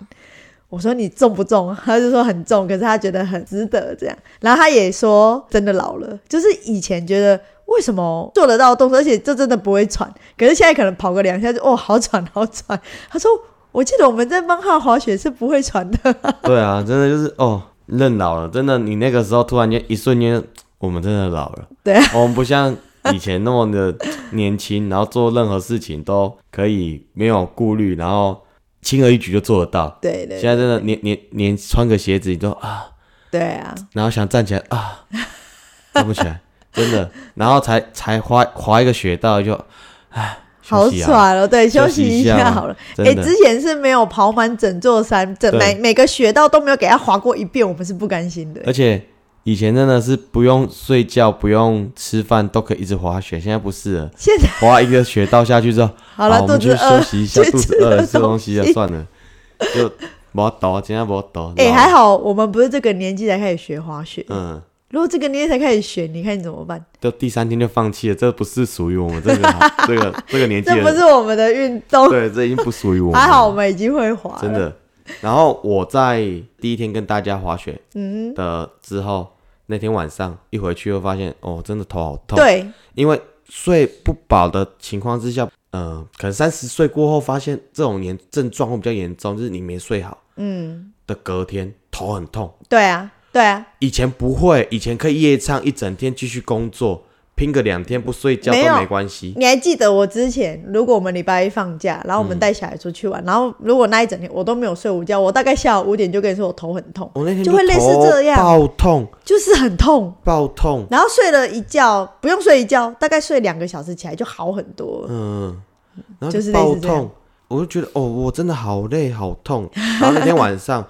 Speaker 2: 我说你重不重？他就说很重，可是他觉得很值得这样。然后他也说真的老了，就是以前觉得为什么做得到动作，而且这真的不会喘，可是现在可能跑个两下就哦好喘好喘。他说我记得我们在曼哈滑雪是不会喘的，
Speaker 3: 对啊，真的就是哦，认老了，真的，你那个时候突然间一瞬间，我们真的老了。
Speaker 2: 对啊
Speaker 3: 我们不像以前那么的 年轻，然后做任何事情都可以没有顾虑，然后轻而易举就做得 到。
Speaker 2: 对对
Speaker 3: 现在真的连连连穿个鞋子你都啊，
Speaker 2: 对啊，
Speaker 3: 然后想站起来啊，站不起来，真的，然后才才滑滑一个雪道就，唉，
Speaker 2: 好
Speaker 3: 休息啊，
Speaker 2: 喘哦，对，休息一
Speaker 3: 休息一
Speaker 2: 下
Speaker 3: 下
Speaker 2: 好了。哎、
Speaker 3: 真的
Speaker 2: 之前是没有跑满整座山，整
Speaker 3: 对
Speaker 2: 每每个雪道都没有给他滑过一遍，我们是不甘心的。
Speaker 3: 而且以前真的是不用睡觉、不用吃饭都可以一直滑雪，现在不是了。
Speaker 2: 现在
Speaker 3: 滑一个雪道下去之后，
Speaker 2: 好了，肚
Speaker 3: 我们
Speaker 2: 子
Speaker 3: 去
Speaker 2: 饿
Speaker 3: 休，息一下，
Speaker 2: 去
Speaker 3: 肚子
Speaker 2: 吃
Speaker 3: 饿
Speaker 2: 个
Speaker 3: 了，吃东西了，
Speaker 2: 西
Speaker 3: 算了，就没抖，今天没抖。
Speaker 2: 哎、
Speaker 3: 然后
Speaker 2: 还。好我们不是这个年纪才开始学滑雪，
Speaker 3: 嗯，
Speaker 2: 如果这个年纪才开始学，你看你怎么办？
Speaker 3: 就第三天就放弃了，这不是属于我们这个 这个这个年纪
Speaker 2: 这
Speaker 3: 的
Speaker 2: 不是我们的运动，
Speaker 3: 对，这已经不属于我们。
Speaker 2: 还好我，们已经会滑了，
Speaker 3: 真的。然后我在第一天跟大家滑雪
Speaker 2: 嗯，
Speaker 3: 的之后，那天晚上一回去又发现，哦，真的头好痛。，
Speaker 2: 对，
Speaker 3: 因为睡不饱的情况之下，嗯、可能三十岁过后发现这种严症状会比较严重，就是你没睡好
Speaker 2: 嗯，
Speaker 3: 的隔天头很痛。
Speaker 2: 对啊，对啊，
Speaker 3: 以前不会，以前可以夜唱一整天继续工作，拼个两天不睡觉
Speaker 2: 没有
Speaker 3: 都没关系。
Speaker 2: 你还记得我之前，如果我们礼拜一放假，然后我们带小孩出去玩，然后如果那一整天我都没有睡午觉，我大概下午五点就跟你说我头很痛，
Speaker 3: 我那天
Speaker 2: 就会类似
Speaker 3: 头
Speaker 2: 这样
Speaker 3: 爆痛
Speaker 2: 就是很痛，
Speaker 3: 爆痛，
Speaker 2: 然后睡了一觉，不用睡一觉，大概睡两个小时起来就好很多了。
Speaker 3: 嗯，然后
Speaker 2: 就是类
Speaker 3: 爆
Speaker 2: 似这样
Speaker 3: 痛，我就觉得哦，我真的好累好痛。然后那天 晚上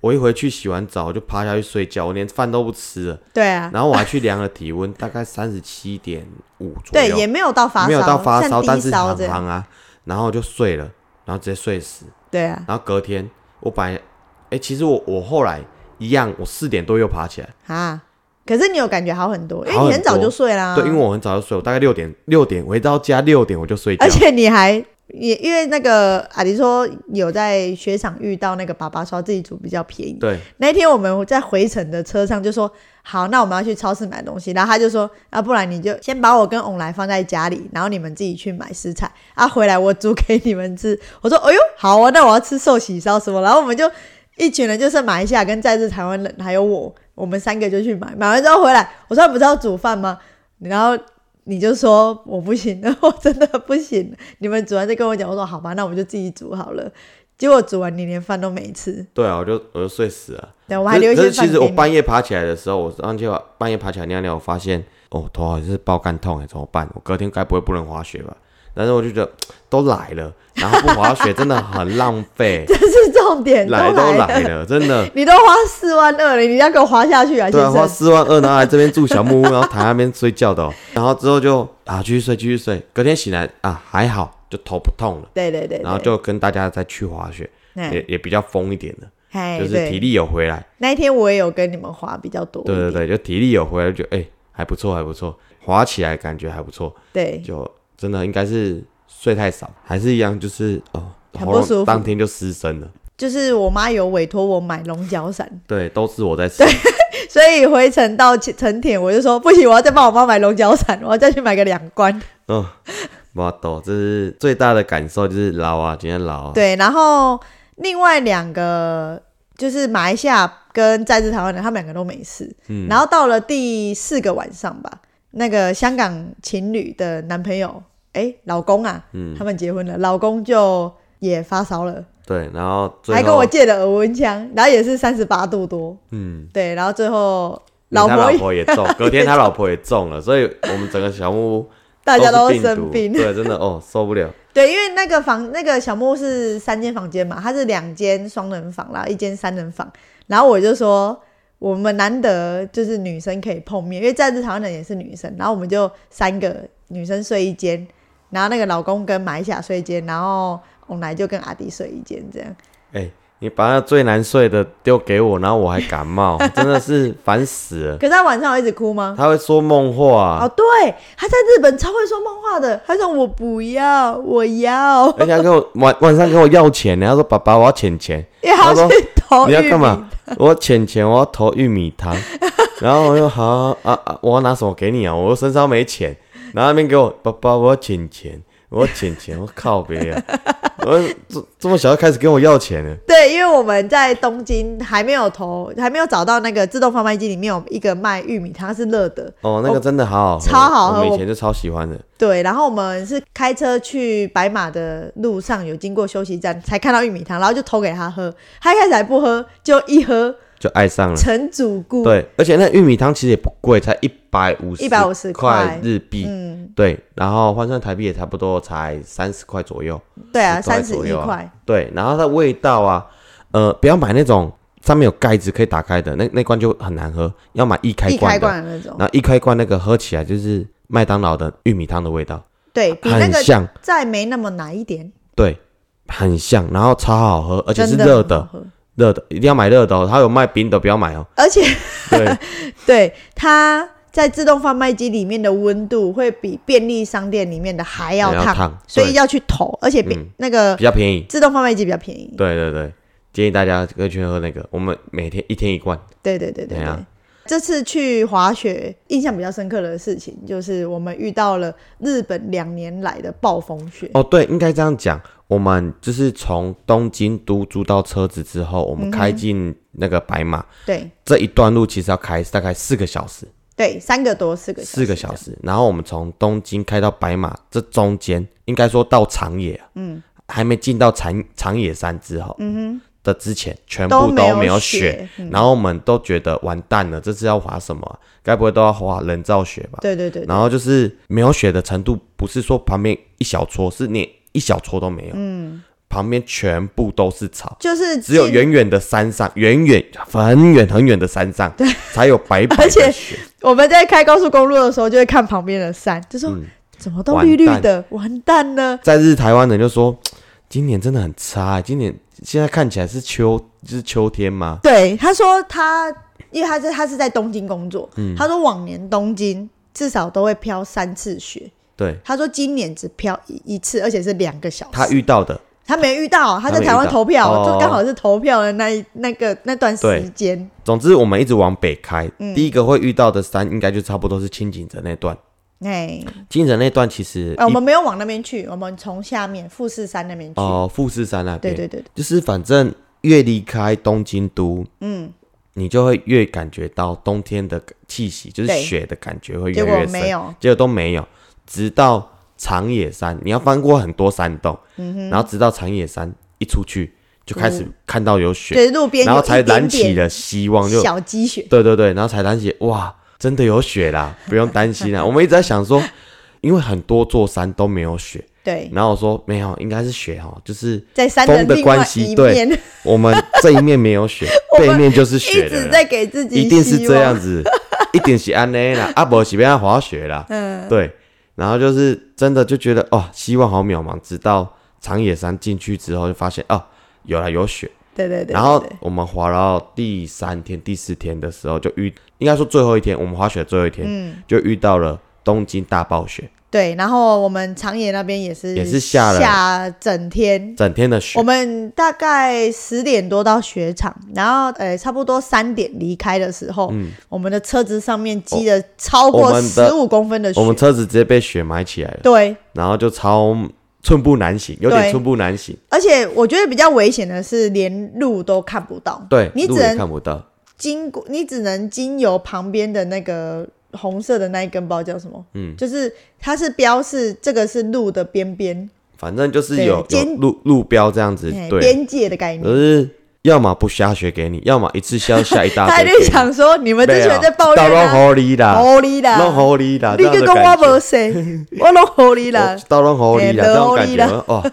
Speaker 3: 我一回去洗完澡，我就趴下去睡觉，我连饭都不吃了。
Speaker 2: 对啊，
Speaker 3: 然后我还去量了体温，大概三十七点五左
Speaker 2: 对，
Speaker 3: 右，
Speaker 2: 也没有到发烧，
Speaker 3: 没有到发
Speaker 2: 像
Speaker 3: 烧，但
Speaker 2: 低
Speaker 3: 是
Speaker 2: 烧
Speaker 3: 行
Speaker 2: 这样。
Speaker 3: 行啊，然后就睡了，然后直接睡死。
Speaker 2: 对啊，
Speaker 3: 然后隔天我本来，哎，其实我我后来一样，我四点多又爬起来，
Speaker 2: 啊，可是你有感觉好很多，因为
Speaker 3: 好
Speaker 2: 你
Speaker 3: 很
Speaker 2: 很早
Speaker 3: 多
Speaker 2: 就睡啦。
Speaker 3: 对，因为我很早就睡，我大概六点六点回到家六点我就睡觉
Speaker 2: 而，且你还也因为那个阿迪说有在雪场遇到那个爸爸说自己煮比较便宜。
Speaker 3: 对，
Speaker 2: 那一天我们在回程的车上就说好，那我们要去超市买东西，然后他就说啊，不然你就先把我跟翁来放在家里，然后你们自己去买食材啊，回来我煮给你们吃。我说哎呦好啊，那我要吃寿喜烧什么，然后我们就一群人就是马来西亚跟在日台湾人还有我，我们三个就去买，买完之后回来，我说哦不是要煮饭吗？然后你就说我不行，然后我真的不行，你们煮完再跟我讲。我说好吧，那我们就自己煮好了。结果煮完你连饭都没吃，
Speaker 3: 对啊，我就我就睡死了。
Speaker 2: 对，我
Speaker 3: 可
Speaker 2: 还
Speaker 3: 是
Speaker 2: 留一
Speaker 3: 可
Speaker 2: 些
Speaker 3: 是
Speaker 2: 饭给
Speaker 3: 其实我
Speaker 2: 你。，
Speaker 3: 半夜爬起来的时候，我上去半夜爬起来尿尿，我发现哦，头好像是爆肝痛哎，怎么办？我隔天该不会不能滑雪吧？但是我就觉得都来了，然后不滑雪真的很浪费
Speaker 2: 这是重点，
Speaker 3: 来
Speaker 2: 都
Speaker 3: 都
Speaker 2: 来
Speaker 3: 来
Speaker 2: 了
Speaker 3: 了，真的。
Speaker 2: 你都花四万二了，你要给我滑下去啊，先
Speaker 3: 对啊，花
Speaker 2: 生！
Speaker 3: 四万二，然后来这边住小 木屋，然后躺在那边睡觉的、哦，然后之后就啊继续睡，继续睡。隔天醒来啊还好，就头不痛了，
Speaker 2: 对对对，
Speaker 3: 然后就跟大家再去滑雪，也
Speaker 2: 对
Speaker 3: 也比较疯一点的，
Speaker 2: 哎，
Speaker 3: 就
Speaker 2: 哎
Speaker 3: 是体
Speaker 2: 对，
Speaker 3: 力有回来。
Speaker 2: 那一天我也有跟你们滑比较多一
Speaker 3: 对对
Speaker 2: 点，
Speaker 3: 对，就体力有回来，就觉得哎、还不错，还不错，滑起来感觉还不错，
Speaker 2: 对
Speaker 3: 就真的应该是睡太少，还是一样，就是哦，
Speaker 2: 很
Speaker 3: 喉
Speaker 2: 不舒服
Speaker 3: 咙当天就失声了。
Speaker 2: 就是我妈有委托我买龙角散，
Speaker 3: 对，都是我在 吃，
Speaker 2: 所以回程到成田我就说不行，我要再帮我妈买龙角散，我要再去买个两罐。
Speaker 3: 嗯，我懂，这是最大的感受，就是老啊，今天老啊，
Speaker 2: 对，然后另外两个就是马来西亚跟在日台湾人，他们两个都没事。
Speaker 3: 嗯
Speaker 2: 然后到了第四个晚上吧，那个香港情侣的男朋友，哎，老公啊，
Speaker 3: 嗯
Speaker 2: 他，们结婚了，老公就也发烧了，
Speaker 3: 对，然后最后
Speaker 2: 还跟我借了耳温枪，然后也是三十八度多，
Speaker 3: 嗯，
Speaker 2: 对，然后最后老
Speaker 3: 连他
Speaker 2: 婆
Speaker 3: 老婆也中， 隔天他老婆也中了，所以我们整个小木屋
Speaker 2: 大家都
Speaker 3: 是病
Speaker 2: 生
Speaker 3: 毒
Speaker 2: 病，
Speaker 3: 对，真的哦，受不了，
Speaker 2: 对，因为那个房那个小木屋是三间房间嘛，它是两间双人房啦，一间三人房。然后我就说，我们难得就是女生可以碰面，因为在日台湾人也是女生，然后我们就三个女生睡一间，然后那个老公跟马来西亚睡一间，然后翁来就跟阿迪睡一间，这样
Speaker 3: 哎、你把那最难睡的丢给我，然后我还感冒，真的是烦死了。
Speaker 2: 可是他晚上有一直哭吗？
Speaker 3: 他会说梦话、啊
Speaker 2: 哦，对，他在日本超会说梦话的，他说我不要，我要，
Speaker 3: 而且他跟我晚晚上跟我要钱，然后说爸爸我要钱钱，
Speaker 2: 也好去
Speaker 3: 他说
Speaker 2: 投
Speaker 3: 你要
Speaker 2: 哦玉
Speaker 3: 干
Speaker 2: 米
Speaker 3: 嘛？我要钱钱，我要投玉米 汤，然后我就好啊啊啊，我要拿什么给你啊？我身上没钱，然后那边给我爸爸我要钱钱，我要钱钱，我靠 别啊！我这这么小就开始跟我要钱了，
Speaker 2: 对，因为我们在东京还没有投，还没有找到那个自动贩卖机，里面有一个卖玉米汤是热的。
Speaker 3: 哦，那个真的好好喝，
Speaker 2: 超好喝
Speaker 3: 我们
Speaker 2: 我
Speaker 3: 以前就超喜欢的，
Speaker 2: 对，然后我们是开车去白马的路上，有经过休息站才看到玉米汤，然后就偷给他喝。他一开始还不喝，就一喝
Speaker 3: 就爱上了。
Speaker 2: 成主顾。，
Speaker 3: 对，而且那玉米汤其实也不贵，才一百五十
Speaker 2: 150块
Speaker 3: 日币，
Speaker 2: 嗯，
Speaker 3: 对，然后换算台币也差不多才三十块左右。
Speaker 2: 对啊，
Speaker 3: 10块
Speaker 2: 三十
Speaker 3: 左
Speaker 2: 一
Speaker 3: 右啊
Speaker 2: 块，
Speaker 3: 对，然后它的味道啊，呃，不要买那种上面有盖子可以打开的，那那罐就很难喝，要买一开
Speaker 2: 一
Speaker 3: 罐
Speaker 2: 开
Speaker 3: 的。
Speaker 2: 罐的那种。
Speaker 3: 然后一开罐那个喝起来就是麦当劳的玉米汤的味道，
Speaker 2: 对比那
Speaker 3: 很
Speaker 2: 个
Speaker 3: 像，
Speaker 2: 再没那么奶一点，
Speaker 3: 对，很像，然后超好喝，而且是
Speaker 2: 真的
Speaker 3: 热
Speaker 2: 很好
Speaker 3: 的，
Speaker 2: 喝。
Speaker 3: 热的，一定要买热的哦。他有卖冰的，不要买哦。
Speaker 2: 而且
Speaker 3: 对，
Speaker 2: 对它在自动贩卖机里面的温度会比便利商店里面的还要
Speaker 3: 还要
Speaker 2: 烫，
Speaker 3: 烫
Speaker 2: 所以
Speaker 3: 对
Speaker 2: 要去投，而且比、
Speaker 3: 嗯
Speaker 2: 那个
Speaker 3: 比较便宜。
Speaker 2: 自动贩卖机比较便宜。
Speaker 3: 对对对，建议大家可以去喝那个，我们每天一天一罐。
Speaker 2: 对对对对
Speaker 3: 对
Speaker 2: 对
Speaker 3: 啊。
Speaker 2: 这次去滑雪，印象比较深刻的事情就是我们遇到了日本两年来的暴风雪。
Speaker 3: 哦，对，应该这样讲。我们就是从东京都租到车子之后，我们开进那个白马、
Speaker 2: 对
Speaker 3: 这一段路，其实要开大概四个小时，
Speaker 2: 对，三个多四个小时
Speaker 3: 四个小时。然后我们从东京开到白马，这中间应该说到长野，嗯，还没进到长长野山之后，嗯哼，的之前全部
Speaker 2: 没
Speaker 3: 都
Speaker 2: 有
Speaker 3: 没有雪，嗯然后我们都觉得完蛋了，这次要滑什么啊、该不会都要滑人造雪吧？
Speaker 2: 对对对对
Speaker 3: 然后就是没有雪的程度，不是说旁边一小撮，是连一小撮都没有。嗯，旁边全部都是草，
Speaker 2: 就是
Speaker 3: 只有
Speaker 2: 进
Speaker 3: 远远的山上，远远很远很远的山上，才有白白
Speaker 2: 而且
Speaker 3: 的雪。
Speaker 2: 我们在开高速公路的时候，就会看旁边的山，就
Speaker 3: 嗯
Speaker 2: 说、怎么都绿绿的，完蛋了。
Speaker 3: 在日台湾人就说，今年真的很差、今年现在看起来是秋，就是秋天吗？
Speaker 2: 对，他说他，因为他是他是在东京工作，
Speaker 3: 嗯
Speaker 2: 他说往年东京至少都会飘三次雪，
Speaker 3: 对
Speaker 2: 他说今年只飘一一次，而且是两个小时。
Speaker 3: 他遇到的，
Speaker 2: 他没遇到，他在
Speaker 3: 没遇
Speaker 2: 台湾
Speaker 3: 到
Speaker 2: 投票，
Speaker 3: 哦
Speaker 2: 就刚好是投票的那一那个那段时间。
Speaker 3: 总之我们一直往北开，
Speaker 2: 嗯
Speaker 3: 第一个会遇到的山应该就差不多是清景泽那段。
Speaker 2: 哎、
Speaker 3: 清景泽那段其实
Speaker 2: 呃我
Speaker 3: 一
Speaker 2: 们没有往那边去，我们从下面富士山那边去。
Speaker 3: 哦富士山那
Speaker 2: 对
Speaker 3: 边，
Speaker 2: 对对对，
Speaker 3: 就是反正越离开东京都，嗯，你就会越感觉到冬天的气息，就是
Speaker 2: 对
Speaker 3: 雪的感觉会
Speaker 2: 结
Speaker 3: 越来
Speaker 2: 果
Speaker 3: 越深。
Speaker 2: 没有，
Speaker 3: 结果都没有，直到长野山，你要翻过很多山洞，
Speaker 2: 嗯
Speaker 3: 然后直到长野山一出去，就开始看到有雪，
Speaker 2: 对路边
Speaker 3: 然后
Speaker 2: 有
Speaker 3: 才
Speaker 2: 一点
Speaker 3: 燃起
Speaker 2: 点
Speaker 3: 了希望，就
Speaker 2: 小积雪。
Speaker 3: 对对对，然后才担心哇，真的有雪啦，不用担 心啦。我们一直在想说，因为很多座山都没有雪，
Speaker 2: 对，
Speaker 3: 然后我说没有，应该是雪哦，就是
Speaker 2: 在山
Speaker 3: 风的
Speaker 2: 另外
Speaker 3: 关系
Speaker 2: 一
Speaker 3: 对
Speaker 2: 面，
Speaker 3: 我们这一面没有雪
Speaker 2: 我，们
Speaker 3: 背面就 是
Speaker 2: 一
Speaker 3: 雪的
Speaker 2: 直
Speaker 3: 了，
Speaker 2: 在给自己
Speaker 3: 一定是
Speaker 2: 希
Speaker 3: 这
Speaker 2: 望
Speaker 3: 样。子， 一定是安内啦，阿伯喜欢滑 雪啦，嗯，对，然后就是真的就觉得哦，希望好渺茫，直到长野山进去之后就发现哦，有了有雪，
Speaker 2: 对对对对，
Speaker 3: 然后
Speaker 2: 对对
Speaker 3: 我们滑到第三天、第四天的时候就遇，应该说最后一天，我们滑雪的最后一天、
Speaker 2: 嗯
Speaker 3: 就遇到了东京大暴雪，
Speaker 2: 对，然后我们长野那边也是
Speaker 3: 也是下了
Speaker 2: 下整天。
Speaker 3: 整天的雪
Speaker 2: 我，们大概十点多到雪场，然后呃，差不多三点离开的时候，我们的车子上面积了超
Speaker 3: 嗯我
Speaker 2: 过
Speaker 3: 们
Speaker 2: 十
Speaker 3: 的
Speaker 2: 五公分的雪，
Speaker 3: 我们车子直接被雪埋起来了，
Speaker 2: 对，
Speaker 3: 然后就超寸步难行，有
Speaker 2: 对
Speaker 3: 点寸步难行。
Speaker 2: 而且我觉得比较危险的是，连路都看不到，
Speaker 3: 对，
Speaker 2: 你只
Speaker 3: 路也
Speaker 2: 能
Speaker 3: 看不到，
Speaker 2: 经过，你只能经由旁边的那个红色的那一根包叫什么？嗯，就是它是标示这个是路的边边，
Speaker 3: 反正就是
Speaker 2: 对
Speaker 3: 有有
Speaker 2: 尖
Speaker 3: 路路标这样子
Speaker 2: 嘿，
Speaker 3: 对，
Speaker 2: 边界的概
Speaker 3: 可
Speaker 2: 念。
Speaker 3: 是要么不下雪给你，要么一次下下一 大
Speaker 2: 他
Speaker 3: 堆给
Speaker 2: 就
Speaker 3: 你。
Speaker 2: 想说，你们之
Speaker 3: 对
Speaker 2: 前
Speaker 3: 啊
Speaker 2: 在抱
Speaker 3: 到
Speaker 2: 怨
Speaker 3: 弄
Speaker 2: 啊，
Speaker 3: 狐狸啦，
Speaker 2: 狐狸啦，
Speaker 3: 弄狐狸啦，
Speaker 2: 你
Speaker 3: 这样
Speaker 2: 就
Speaker 3: 的
Speaker 2: 讲
Speaker 3: 感
Speaker 2: 我
Speaker 3: 觉
Speaker 2: 无谁， 我弄狐狸啦
Speaker 3: 我，到弄狐
Speaker 2: 嘿
Speaker 3: 狸啦，
Speaker 2: 就
Speaker 3: 这种
Speaker 2: 狐
Speaker 3: 感
Speaker 2: 狸
Speaker 3: 觉
Speaker 2: 啦
Speaker 3: 哦。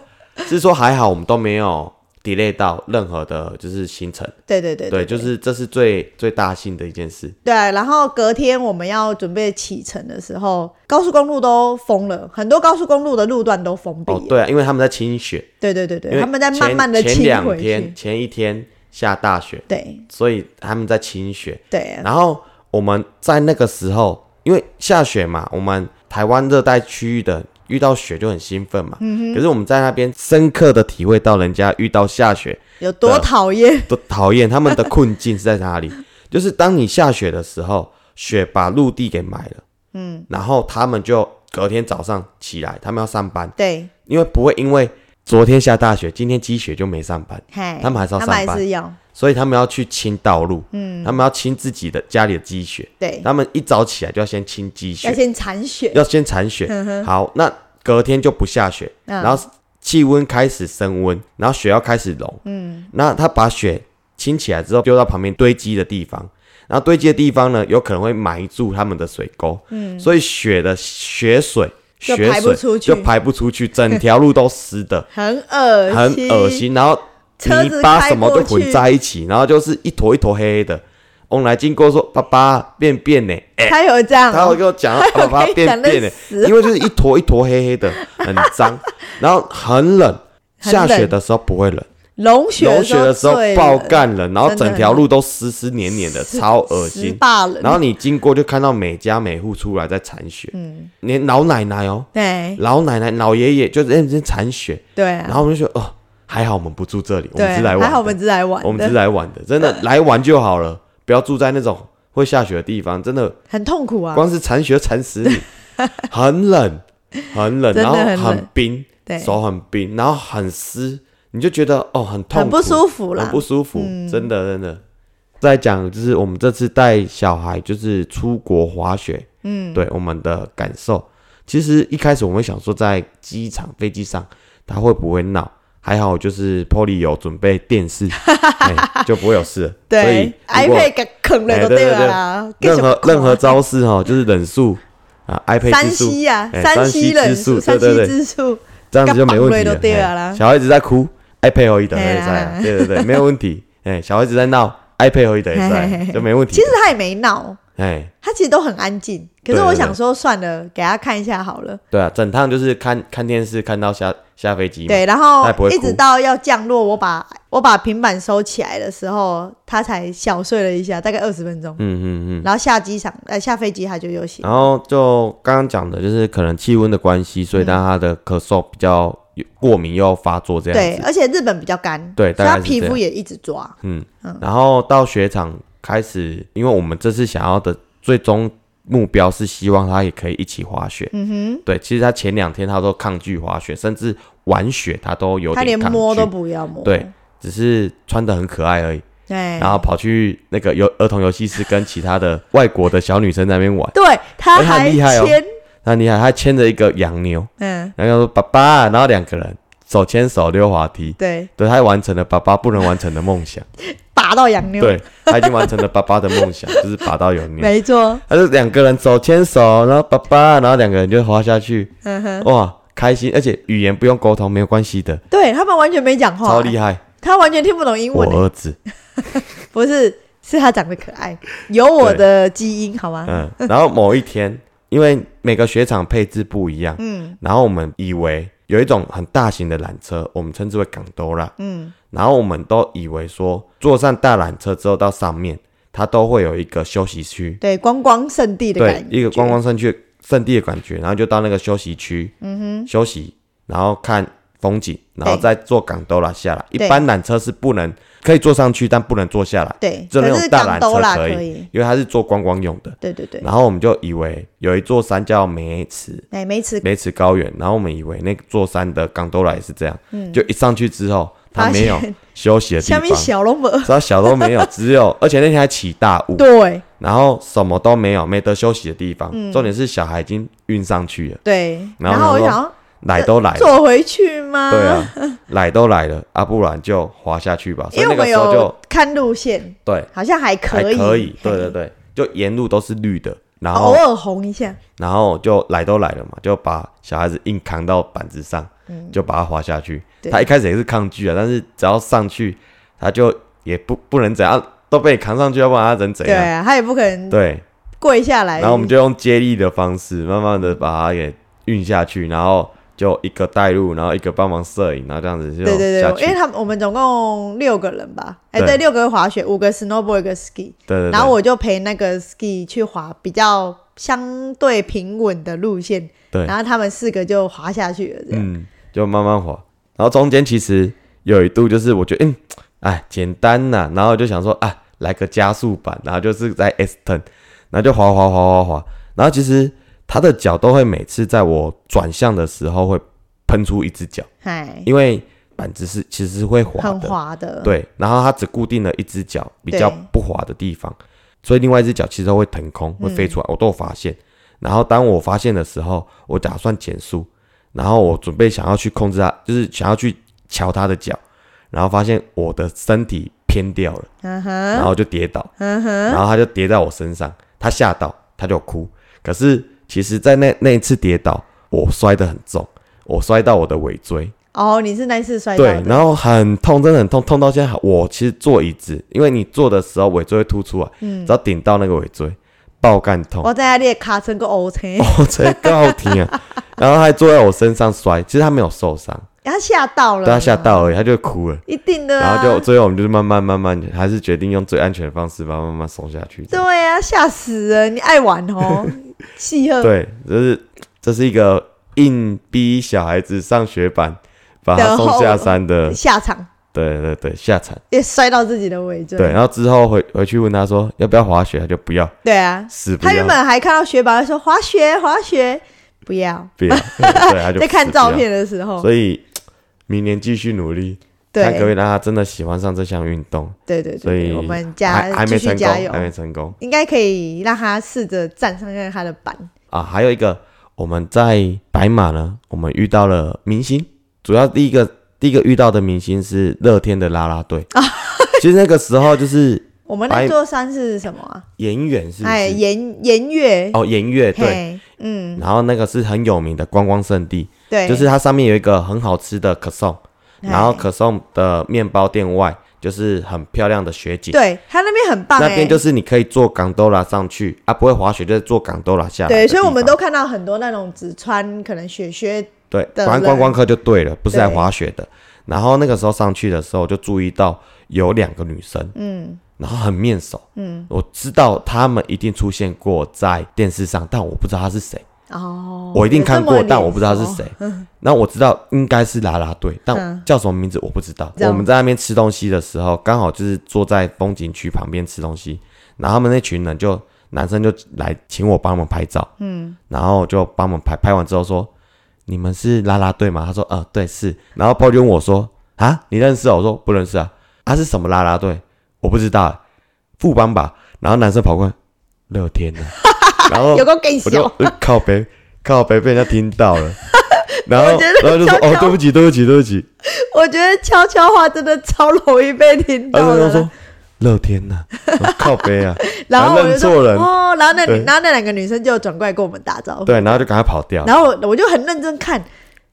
Speaker 3: 是说还好我们都没有 delay 到任何的，就是行程，
Speaker 2: 对对对
Speaker 3: 对，就是这是最最大幸的一件事。
Speaker 2: 对，然后隔天我们要准备启程的时候，高速公路都封了，很多高速公路的路段都封闭了。
Speaker 3: 哦，对啊，因为他们在清雪，
Speaker 2: 对对对对
Speaker 3: 因为
Speaker 2: 他们在慢
Speaker 3: 前
Speaker 2: 慢的
Speaker 3: 前
Speaker 2: 清
Speaker 3: 两
Speaker 2: 回去
Speaker 3: 天。前一天下大雪，
Speaker 2: 对
Speaker 3: 所以他们在清雪，
Speaker 2: 对啊
Speaker 3: 然后我们在那个时候，因为下雪嘛，我们台湾热带区域的遇到雪就很兴奋嘛。可是我们在那边深刻的体会到人家遇到下雪
Speaker 2: 有多讨厌？
Speaker 3: 都讨厌他们的困境是在哪里？就是当你下雪的时候，雪把陆地给埋了，嗯，然后他们就隔天早上起来，他们要上班，
Speaker 2: 对，
Speaker 3: 因为不会因为昨天下大雪，今天积雪就没上班，
Speaker 2: 嗨，
Speaker 3: 他们还是要
Speaker 2: 他
Speaker 3: 上
Speaker 2: 们
Speaker 3: 班
Speaker 2: 还是要
Speaker 3: 所以他们要去清道路，嗯，他们要清自己的家里的积雪，
Speaker 2: 对，
Speaker 3: 他们一早起来就要先清积
Speaker 2: 要
Speaker 3: 雪，
Speaker 2: 先嗯铲雪，
Speaker 3: 要先铲雪。好，那隔天就不下雪，
Speaker 2: 嗯
Speaker 3: 然后气温开始升温，然后雪要开始融。嗯，那他把雪清起来之后，丢到旁边堆积的地方。然后堆积的地方呢，有可能会埋住他们的水沟，嗯，所以雪的雪水、
Speaker 2: 就
Speaker 3: 雪
Speaker 2: 排不出
Speaker 3: 水
Speaker 2: 去，
Speaker 3: 就排不出去，整条路都湿的
Speaker 2: 很 恶
Speaker 3: 很恶。心。然后
Speaker 2: 车
Speaker 3: 泥
Speaker 2: 子
Speaker 3: 巴
Speaker 2: 开
Speaker 3: 什么
Speaker 2: 过
Speaker 3: 都混
Speaker 2: 去
Speaker 3: 在一起，然后就是一坨一坨黑黑的。翁来经过说：“爸爸，便便呢？”
Speaker 2: 他有这样
Speaker 3: 哎他会
Speaker 2: 哦，
Speaker 3: 跟我 讲，爸爸
Speaker 2: 跟你讲
Speaker 3: 便便
Speaker 2: 认
Speaker 3: 呢
Speaker 2: 识，
Speaker 3: 因为就是一坨一坨黑黑的，很脏，然后很冷，
Speaker 2: 很冷
Speaker 3: 下雪的时候不会冷，
Speaker 2: 融雪
Speaker 3: 融雪的时候
Speaker 2: 最
Speaker 3: 爆干了，然后
Speaker 2: 真的
Speaker 3: 整条路都湿湿黏黏的，超恶
Speaker 2: 十
Speaker 3: 心。
Speaker 2: 八人，
Speaker 3: 然后你经过就看到每家每户出来在铲雪，
Speaker 2: 嗯
Speaker 3: 连老奶奶哦、
Speaker 2: 对
Speaker 3: 老奶奶、老爷爷就在那边铲雪，
Speaker 2: 对啊，
Speaker 3: 然后我们就说哦，还好我们不住这里，我
Speaker 2: 对啊
Speaker 3: 们是来玩的，
Speaker 2: 还好我们是来玩的，
Speaker 3: 我们是来玩的，真的来玩就好了，不要住在那种会下雪的地方，真的
Speaker 2: 很痛苦啊，
Speaker 3: 光是铲雪铲死 你，很冷，很冷，
Speaker 2: 真的
Speaker 3: 然后
Speaker 2: 很冷
Speaker 3: 很冰，
Speaker 2: 对
Speaker 3: 手很冰，然后很湿，你就觉得哦很痛
Speaker 2: 很
Speaker 3: 苦，
Speaker 2: 不舒服啦嗯
Speaker 3: 很不舒服，真的真的。再讲就是我们这次带小孩就是出国滑雪，嗯，对我们的感受，其实一开始我们想说在机场飞机上他会不会闹，还好就是 Polly 有准备 电视，哎就不会有事了。所以
Speaker 2: 对
Speaker 3: 如果
Speaker 2: ，iPad 给坑了
Speaker 3: 哎
Speaker 2: 都
Speaker 3: 对
Speaker 2: 了
Speaker 3: 对
Speaker 2: 啦，
Speaker 3: 任何
Speaker 2: 继续
Speaker 3: 任何招式哈，就是忍术啊，iPad
Speaker 2: 山
Speaker 3: 之术
Speaker 2: 西啊，
Speaker 3: 哎
Speaker 2: 山
Speaker 3: 西
Speaker 2: 西人
Speaker 3: 之术，
Speaker 2: 山
Speaker 3: 对
Speaker 2: 西
Speaker 3: 对对，
Speaker 2: 之术，
Speaker 3: 这样子就没问题
Speaker 2: 嘎
Speaker 3: 了
Speaker 2: 嘣就对了啦
Speaker 3: 哎。小孩子在哭，iPad 可以等
Speaker 2: 哎
Speaker 3: 也
Speaker 2: 呀
Speaker 3: 在啊，对对对，没有问题。哎，小孩子在闹，iPad 可以等也
Speaker 2: 嘿嘿
Speaker 3: 在啊
Speaker 2: 嘿
Speaker 3: 就没问题。
Speaker 2: 其实他也没闹，
Speaker 3: 哎，
Speaker 2: 他其实都很安静。可
Speaker 3: 对
Speaker 2: 是
Speaker 3: 对
Speaker 2: 我
Speaker 3: 对
Speaker 2: 想说，算了，给他看一下好了。
Speaker 3: 对啊，整趟就是看看电视，看到下下飞机嘛。
Speaker 2: 对，然
Speaker 3: 他也不
Speaker 2: 后
Speaker 3: 会哭
Speaker 2: 一直到要降落，我把我把平板收起来的时候，他才小睡了一下，大概二十分钟。
Speaker 3: 嗯嗯嗯。
Speaker 2: 然后下机场，呃，下飞机他就又醒。
Speaker 3: 然后就刚刚讲的，就是可能气温的关系，
Speaker 2: 嗯
Speaker 3: 所以让他的咳嗽比较过敏又发作这样
Speaker 2: 对，
Speaker 3: 子。
Speaker 2: 而且日本比较干，
Speaker 3: 对
Speaker 2: 所
Speaker 3: 大
Speaker 2: 以他
Speaker 3: 概是
Speaker 2: 皮
Speaker 3: 这
Speaker 2: 肤
Speaker 3: 样
Speaker 2: 也一直抓。
Speaker 3: 嗯，然后到雪场开始，因为我们这次想要的最终目标是希望他也可以一起滑雪。嗯哼，对，其实他前两天他都抗拒滑雪，甚至玩雪他都有点
Speaker 2: 他连
Speaker 3: 抗拒
Speaker 2: 摸都不要摸。
Speaker 3: 对，只是穿的很可爱而已，
Speaker 2: 哎，
Speaker 3: 然后跑去那个游儿童游戏室跟其他的外国的小女生在那边玩，
Speaker 2: 对，他
Speaker 3: 哎他
Speaker 2: 还
Speaker 3: 很厉害哦
Speaker 2: 牵，
Speaker 3: 那你看他牵着一个洋牛，
Speaker 2: 嗯，
Speaker 3: 然后说爸爸，然后两个人手牵手溜滑梯，
Speaker 2: 对，
Speaker 3: 对，他完成了爸爸不能完成的梦想，
Speaker 2: 拔到洋妞。
Speaker 3: 对他已经完成了爸爸的梦想，就是拔到有牛。
Speaker 2: 没错，
Speaker 3: 他就两个人手牵手，然后爸爸，然后两个人就滑下去，
Speaker 2: 嗯哼，
Speaker 3: 哇，开心，而且语言不用沟通，没有关系的，
Speaker 2: 对他们完全没讲话，
Speaker 3: 超厉害。
Speaker 2: 他完全听不懂英
Speaker 3: 啊我
Speaker 2: 文欸，
Speaker 3: 儿子，
Speaker 2: 不是，是他长得可爱，有我的基因，好吗？
Speaker 3: 嗯，然后某一天，因为每个雪场配置不一样，嗯，然后我们以为有一种很大型的缆车，我们称之为港兜啦，嗯，然后我们都以为说坐上大缆车之后到上面，它都会有一个休息区，
Speaker 2: 对，观光圣地的感
Speaker 3: 对
Speaker 2: 觉，，
Speaker 3: 一个观光圣区圣地的感觉，然后就到那个休息区，嗯哼，休息，然后看风景，然后
Speaker 2: 对
Speaker 3: 再坐港兜啦下来。一
Speaker 2: 对
Speaker 3: 般缆车是不能可以坐上去，但不能坐下来，
Speaker 2: 对，
Speaker 3: 只有那
Speaker 2: 可
Speaker 3: 种
Speaker 2: 是
Speaker 3: 大
Speaker 2: 港
Speaker 3: 缆
Speaker 2: 都啦
Speaker 3: 车
Speaker 2: 可
Speaker 3: 以，嗯
Speaker 2: 以，
Speaker 3: 因为它是做观光用的。
Speaker 2: 对对对，
Speaker 3: 然后我们就以为有一座山叫梅池，
Speaker 2: 哎，没吃，
Speaker 3: 梅池高原，然后我们以为那座山的港兜啦也是这样，就一上去之后，它
Speaker 2: 嗯发
Speaker 3: 没有
Speaker 2: 现
Speaker 3: 休息的地
Speaker 2: 下面
Speaker 3: 方。
Speaker 2: 小龙 门，
Speaker 3: 它小都没有，只有而且那天还起大雾，
Speaker 2: 对
Speaker 3: 然后什么都没有，没得休息的地方。
Speaker 2: 嗯
Speaker 3: 重点是小孩已经运上去了，
Speaker 2: 对，
Speaker 3: 然
Speaker 2: 然
Speaker 3: 后
Speaker 2: 后我
Speaker 3: 想说
Speaker 2: 想要
Speaker 3: 来都来了，
Speaker 2: 坐回去吗？
Speaker 3: 对，啊，来都来了，啊，不然就滑下去吧。所
Speaker 2: 因
Speaker 3: 以
Speaker 2: 为
Speaker 3: 那
Speaker 2: 我
Speaker 3: 个
Speaker 2: 们
Speaker 3: 时候
Speaker 2: 有
Speaker 3: 就
Speaker 2: 看路线，
Speaker 3: 对，
Speaker 2: 好像还
Speaker 3: 还
Speaker 2: 可以，
Speaker 3: 可以，对
Speaker 2: 嘿哦
Speaker 3: 对，对，就沿路都是绿的，然
Speaker 2: 偶
Speaker 3: 后
Speaker 2: 尔红一下，
Speaker 3: 然后就来都来了嘛，就把小孩子硬扛到板子上，就把他滑下去。
Speaker 2: 嗯对
Speaker 3: 他一开始也是抗拒啊，但是只要上去，他就也不不能怎样，都被你扛上去，要不然他能怎
Speaker 2: 对
Speaker 3: 样？
Speaker 2: 啊，他也不可能
Speaker 3: 对，
Speaker 2: 跪下来，
Speaker 3: 然后我们就用接力的方式，慢慢的把它给运下去，然后就一个带路，然后一个帮忙摄影，然后这样子就
Speaker 2: 对对
Speaker 3: 下
Speaker 2: 对，
Speaker 3: 去。
Speaker 2: 因为他们我们总共六个人吧，哎、
Speaker 3: 对
Speaker 2: 对，六个滑雪，五个 snowboard，一个 ski，
Speaker 3: 对对对
Speaker 2: 然后我就陪那个 ski 去滑比较相对平稳的路线，
Speaker 3: 对
Speaker 2: 然后他们四个就滑下去了，这样，
Speaker 3: 嗯，就慢慢滑。然后中间其实有一度就是我觉得嗯，哎，简单呐、然后就想说啊，来个加速版，然后就是在 S turn，然后就滑滑滑滑滑，然后其实他的脚都会每次在我转向的时候会喷出一只脚，
Speaker 2: 哎、
Speaker 3: 因为板子是其实是会滑
Speaker 2: 很
Speaker 3: 的，
Speaker 2: 滑的，，
Speaker 3: 对，然后它只固定了一只脚比
Speaker 2: 对
Speaker 3: 较不滑的地方，所以另外一只脚其实都会腾空，
Speaker 2: 嗯
Speaker 3: 会飞出来，我都有发现。然后当我发现的时候，我打算减速，然后我准备想要去控制它，就是想要去瞧它的脚，然后发现我的身体偏掉了，
Speaker 2: 嗯
Speaker 3: 然
Speaker 2: 哼，
Speaker 3: 后就跌倒，
Speaker 2: 嗯哼，
Speaker 3: 然后它就跌在我身上，它吓到，它就哭。可是其实，在那那一次跌倒，我摔得很重，我摔到我的尾椎，
Speaker 2: 哦，你是那一次摔倒
Speaker 3: 哎对，
Speaker 2: 的，
Speaker 3: 然后很痛，真的很痛，痛到现在我其实坐椅子，因为你坐的时候尾椎会突出来，啊只要顶到那个尾椎，爆干痛，
Speaker 2: 我在那里卡
Speaker 3: 哦
Speaker 2: 成个 O 车，
Speaker 3: 我真够痛啊！然后还坐在我身上摔，其实他没有受伤，
Speaker 2: 哎他吓到了，
Speaker 3: 对他吓，到了，他就哭了。
Speaker 2: 一定的、啊，
Speaker 3: 然后就最后我们就是慢慢慢慢，还是决定用最安全的方式把它慢慢送下去。这样
Speaker 2: 对啊，吓死人！你爱玩 哦，气呵
Speaker 3: 对，这是这是一个硬逼小孩子上学板，把他送下山的，
Speaker 2: 下场
Speaker 3: 对对对，下场。
Speaker 2: 也摔到自己的尾椎。
Speaker 3: 对，啊然后之后回回去问他说要不要滑雪，他就不要，
Speaker 2: 对啊，
Speaker 3: 死不
Speaker 2: 他
Speaker 3: 要
Speaker 2: 原，本还看到雪宝还说滑雪滑雪，不要。
Speaker 3: 不要，对，他就
Speaker 2: 在看
Speaker 3: 死不
Speaker 2: 照
Speaker 3: 要
Speaker 2: 片。的时候，
Speaker 3: 所以明年继续努力，
Speaker 2: 对
Speaker 3: 看可不可以让他真的喜欢上这项运动。
Speaker 2: 对对
Speaker 3: 所
Speaker 2: 对，
Speaker 3: 以
Speaker 2: 我们
Speaker 3: 还
Speaker 2: 加
Speaker 3: 还
Speaker 2: 继
Speaker 3: 没
Speaker 2: 续
Speaker 3: 成
Speaker 2: 加
Speaker 3: 功，
Speaker 2: 油
Speaker 3: 还，没成功
Speaker 2: 应该可以让他试着站上看他的板。
Speaker 3: 啊！还有一个，我们在白马呢，我们遇到了明星，主要第一个第一个遇到的明星是乐天的啦啦
Speaker 2: 啊
Speaker 3: 队。其实那个时候就是
Speaker 2: 我们那
Speaker 3: 白
Speaker 2: 座山是什么啊？
Speaker 3: 演员是不
Speaker 2: 哎，
Speaker 3: 是？
Speaker 2: 盐盐月，
Speaker 3: 哦，演乐队，
Speaker 2: 嘿，嗯，
Speaker 3: 然后那个是很有名的观光圣地，
Speaker 2: 对，
Speaker 3: 就是它上面有一个很好吃的可颂，
Speaker 2: 哎
Speaker 3: 然后可颂的面包店外就是很漂亮的雪景。
Speaker 2: 对他那边很棒，
Speaker 3: 那
Speaker 2: 哎，
Speaker 3: 边就是你可以坐港兜拉上去啊，不会滑雪就是坐港兜拉下来的
Speaker 2: 对，
Speaker 3: 地方。
Speaker 2: 所以我们都看到很多那种只穿可能雪靴，
Speaker 3: 对，
Speaker 2: 的
Speaker 3: 反正观
Speaker 2: 人
Speaker 3: 光客就对了，不是来
Speaker 2: 对
Speaker 3: 滑雪的。然后那个时候上去的时候，就注意到有两个女生，嗯，然后很面熟，嗯，我知道她们一定出现过在电视上，但我不知道她是谁，
Speaker 2: 哦，
Speaker 3: 我一定看
Speaker 2: 有
Speaker 3: 过，
Speaker 2: 这么
Speaker 3: 但我不知道她
Speaker 2: 脸
Speaker 3: 是
Speaker 2: 熟
Speaker 3: 谁。那我知道应该是啦啦队，
Speaker 2: 嗯
Speaker 3: 但叫什么名字我不知道。
Speaker 2: 这样
Speaker 3: 我们在那边吃东西的时候，刚好就是坐在风景区旁边吃东西，然后他们那群人就男生就来请我帮他们拍照，嗯，然后就帮我们拍，拍完之后说你们是啦啦队吗？他说呃对是，然后包就问我说啊你认识哦？我说不认识啊，啊是什么啦啦队？我不知道、欸，富邦吧。然后男生跑过来，乐天呢、啊然后
Speaker 2: 有个更
Speaker 3: 我就
Speaker 2: 小，
Speaker 3: 呃靠北靠北被人家听到 了，然
Speaker 2: 我
Speaker 3: 后
Speaker 2: 觉得
Speaker 3: 然后就
Speaker 2: 悄
Speaker 3: 说
Speaker 2: 悄
Speaker 3: 哦对不起对不起对不起，
Speaker 2: 我觉得悄悄话真的超容易被听
Speaker 3: 然
Speaker 2: 到
Speaker 3: 后他
Speaker 2: 的
Speaker 3: 就说
Speaker 2: 了。
Speaker 3: 乐天呐、我说靠北啊，
Speaker 2: 然后我就
Speaker 3: 认错
Speaker 2: 说
Speaker 3: 人，
Speaker 2: 哦，然后那
Speaker 3: 对
Speaker 2: 然后那两个女生就转过来跟我们打招呼，
Speaker 3: 对，啊然后就赶快跑掉，
Speaker 2: 然后我我就很认真看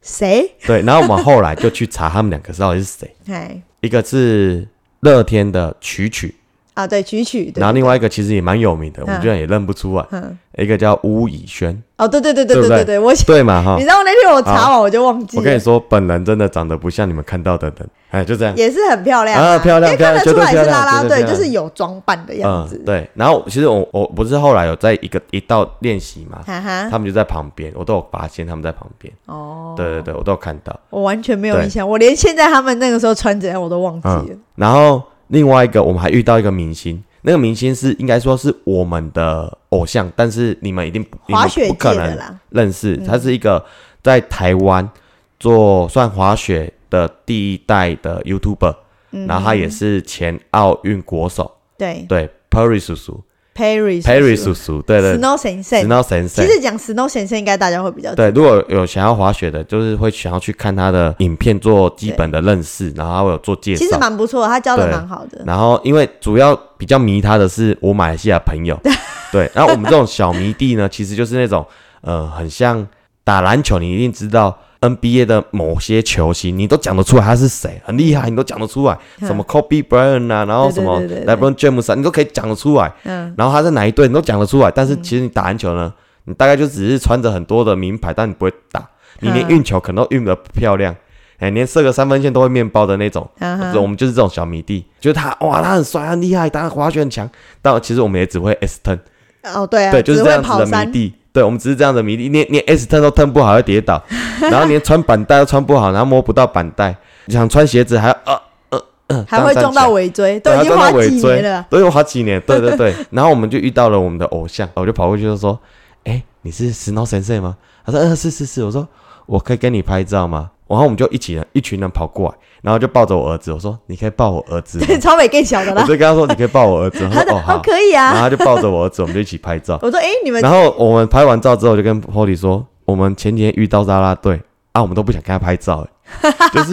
Speaker 2: 谁，
Speaker 3: 对，然后我们后来就去查他们两个到底是谁，
Speaker 2: 哎
Speaker 3: 一个是乐天的曲曲，
Speaker 2: 啊对，曲曲对
Speaker 3: 然，后另外一个其实也蛮有名的，我们居然也认不出来，
Speaker 2: 嗯
Speaker 3: 一个叫巫以轩，
Speaker 2: 哦对对对对
Speaker 3: 对不
Speaker 2: 对
Speaker 3: 对
Speaker 2: 对，我
Speaker 3: 对嘛哈
Speaker 2: 你知？道那天我查哦完我就忘记
Speaker 3: 我跟你
Speaker 2: 了，
Speaker 3: 说，本人真的长得不像你们看到的人，哎，就这样。
Speaker 2: 也是很漂亮
Speaker 3: 啊漂亮
Speaker 2: 因为看得
Speaker 3: 漂
Speaker 2: 出
Speaker 3: 亮
Speaker 2: 来
Speaker 3: 绝对
Speaker 2: 是啦啦
Speaker 3: 漂
Speaker 2: 队，
Speaker 3: 亮绝对
Speaker 2: 就
Speaker 3: 漂亮
Speaker 2: 是有装扮的样子，
Speaker 3: 嗯对。然后其实我我不是后来有在一个一道练习嘛，
Speaker 2: 哈哈，
Speaker 3: 他们就在旁边，我都有发现他们在旁边。
Speaker 2: 啊哦，
Speaker 3: 对对对，我都有看到。
Speaker 2: 我完全没有
Speaker 3: 对
Speaker 2: 印象，我连现在他们那个时候穿怎样我都忘记了
Speaker 3: 嗯，然后另外一个我们还遇到一个明星，那个明星是应该说是我们的偶像，但是你们一定不你们
Speaker 2: 滑雪
Speaker 3: 不可
Speaker 2: 界的
Speaker 3: 能
Speaker 2: 啦
Speaker 3: 认识，他是一个在台湾做算滑雪的第一代的 YouTuber，、然
Speaker 2: 嗯
Speaker 3: 后他也是前奥运国手，
Speaker 2: 对
Speaker 3: 对 Perry 叔叔
Speaker 2: ，Perry
Speaker 3: ，Perry 叔叔，对对
Speaker 2: Snow 先生。
Speaker 3: ，Snow 神
Speaker 2: 其
Speaker 3: 神。
Speaker 2: 实讲 Snow 先生应该大家会比较
Speaker 3: 对，如果有想要滑雪的，就是会想要去看他的影片做基本的认识，然后他会有做介绍。
Speaker 2: 其实呃蛮不错，他教的
Speaker 3: 对
Speaker 2: 蛮好的。
Speaker 3: 然后因为主要比较迷他的是我马来西亚朋 友，对。然后我们这种小迷弟呢，其实就是那种呃，很像打篮球，你一定知道 NBA 的某些球星，你都讲得出来他是谁，很厉害，你都讲得出来，什么 Kobe Bryant 啊，然后什么
Speaker 2: 嗯对对对对
Speaker 3: LeBron James 啊，你都可以讲得出来。
Speaker 2: 嗯，
Speaker 3: 然后他在哪一队你都讲得出来，但是其实你打篮球呢，你大概就只是穿着很多的名牌，但你不会打，你连
Speaker 2: 嗯
Speaker 3: 运球可能都运得不漂亮，哎、连射个三分线都会面包的那种。
Speaker 2: 嗯
Speaker 3: 我我们就是这种小迷弟，就是他哇，他很帅，他很厉害，他滑雪很强，但其实我们也只会 S turn，、
Speaker 2: 哦，对啊，
Speaker 3: 对，就是
Speaker 2: 只
Speaker 3: 这
Speaker 2: 会
Speaker 3: 样
Speaker 2: 跑
Speaker 3: 子的
Speaker 2: 山
Speaker 3: 迷，弟。对，我们只是这样的迷弟，连连 S turn 都 turn 不好，会 跌倒，然后连穿板带都穿不好，然后摸不到板带，想穿鞋子还要呃呃呃，
Speaker 2: 还会
Speaker 3: 这
Speaker 2: 撞
Speaker 3: 样站起来
Speaker 2: 到尾椎，都
Speaker 3: 对，
Speaker 2: 已
Speaker 3: 他
Speaker 2: 经
Speaker 3: 撞到
Speaker 2: 滑
Speaker 3: 尾
Speaker 2: 几
Speaker 3: 椎
Speaker 2: 年了。
Speaker 3: 都有好几年，对对对。然后我们就遇到了我们的偶像，我就跑过去就说：“哎、你是石头神社吗？”他说：“嗯、是是是。”我说：“我可以跟你拍照吗？”然后我们就一起人一群人跑过来，然后就抱着我儿子，我说：“你可以抱我儿子吗
Speaker 2: 对，超美更小的
Speaker 3: 我
Speaker 2: 啦
Speaker 3: 就。跟他说：“你可以抱我儿 子。”
Speaker 2: 他
Speaker 3: 他
Speaker 2: 说
Speaker 3: 说：“哦，好。
Speaker 2: 哦，可以
Speaker 3: 然后
Speaker 2: 啊。
Speaker 3: 他就抱着我儿子，我们就一起 拍照。
Speaker 2: 我说，哎，你们
Speaker 3: 然后我们拍完照之后，就跟 Polly 说，我们前几天遇到啦啦队啊，我们都不想跟他拍照，哎 就是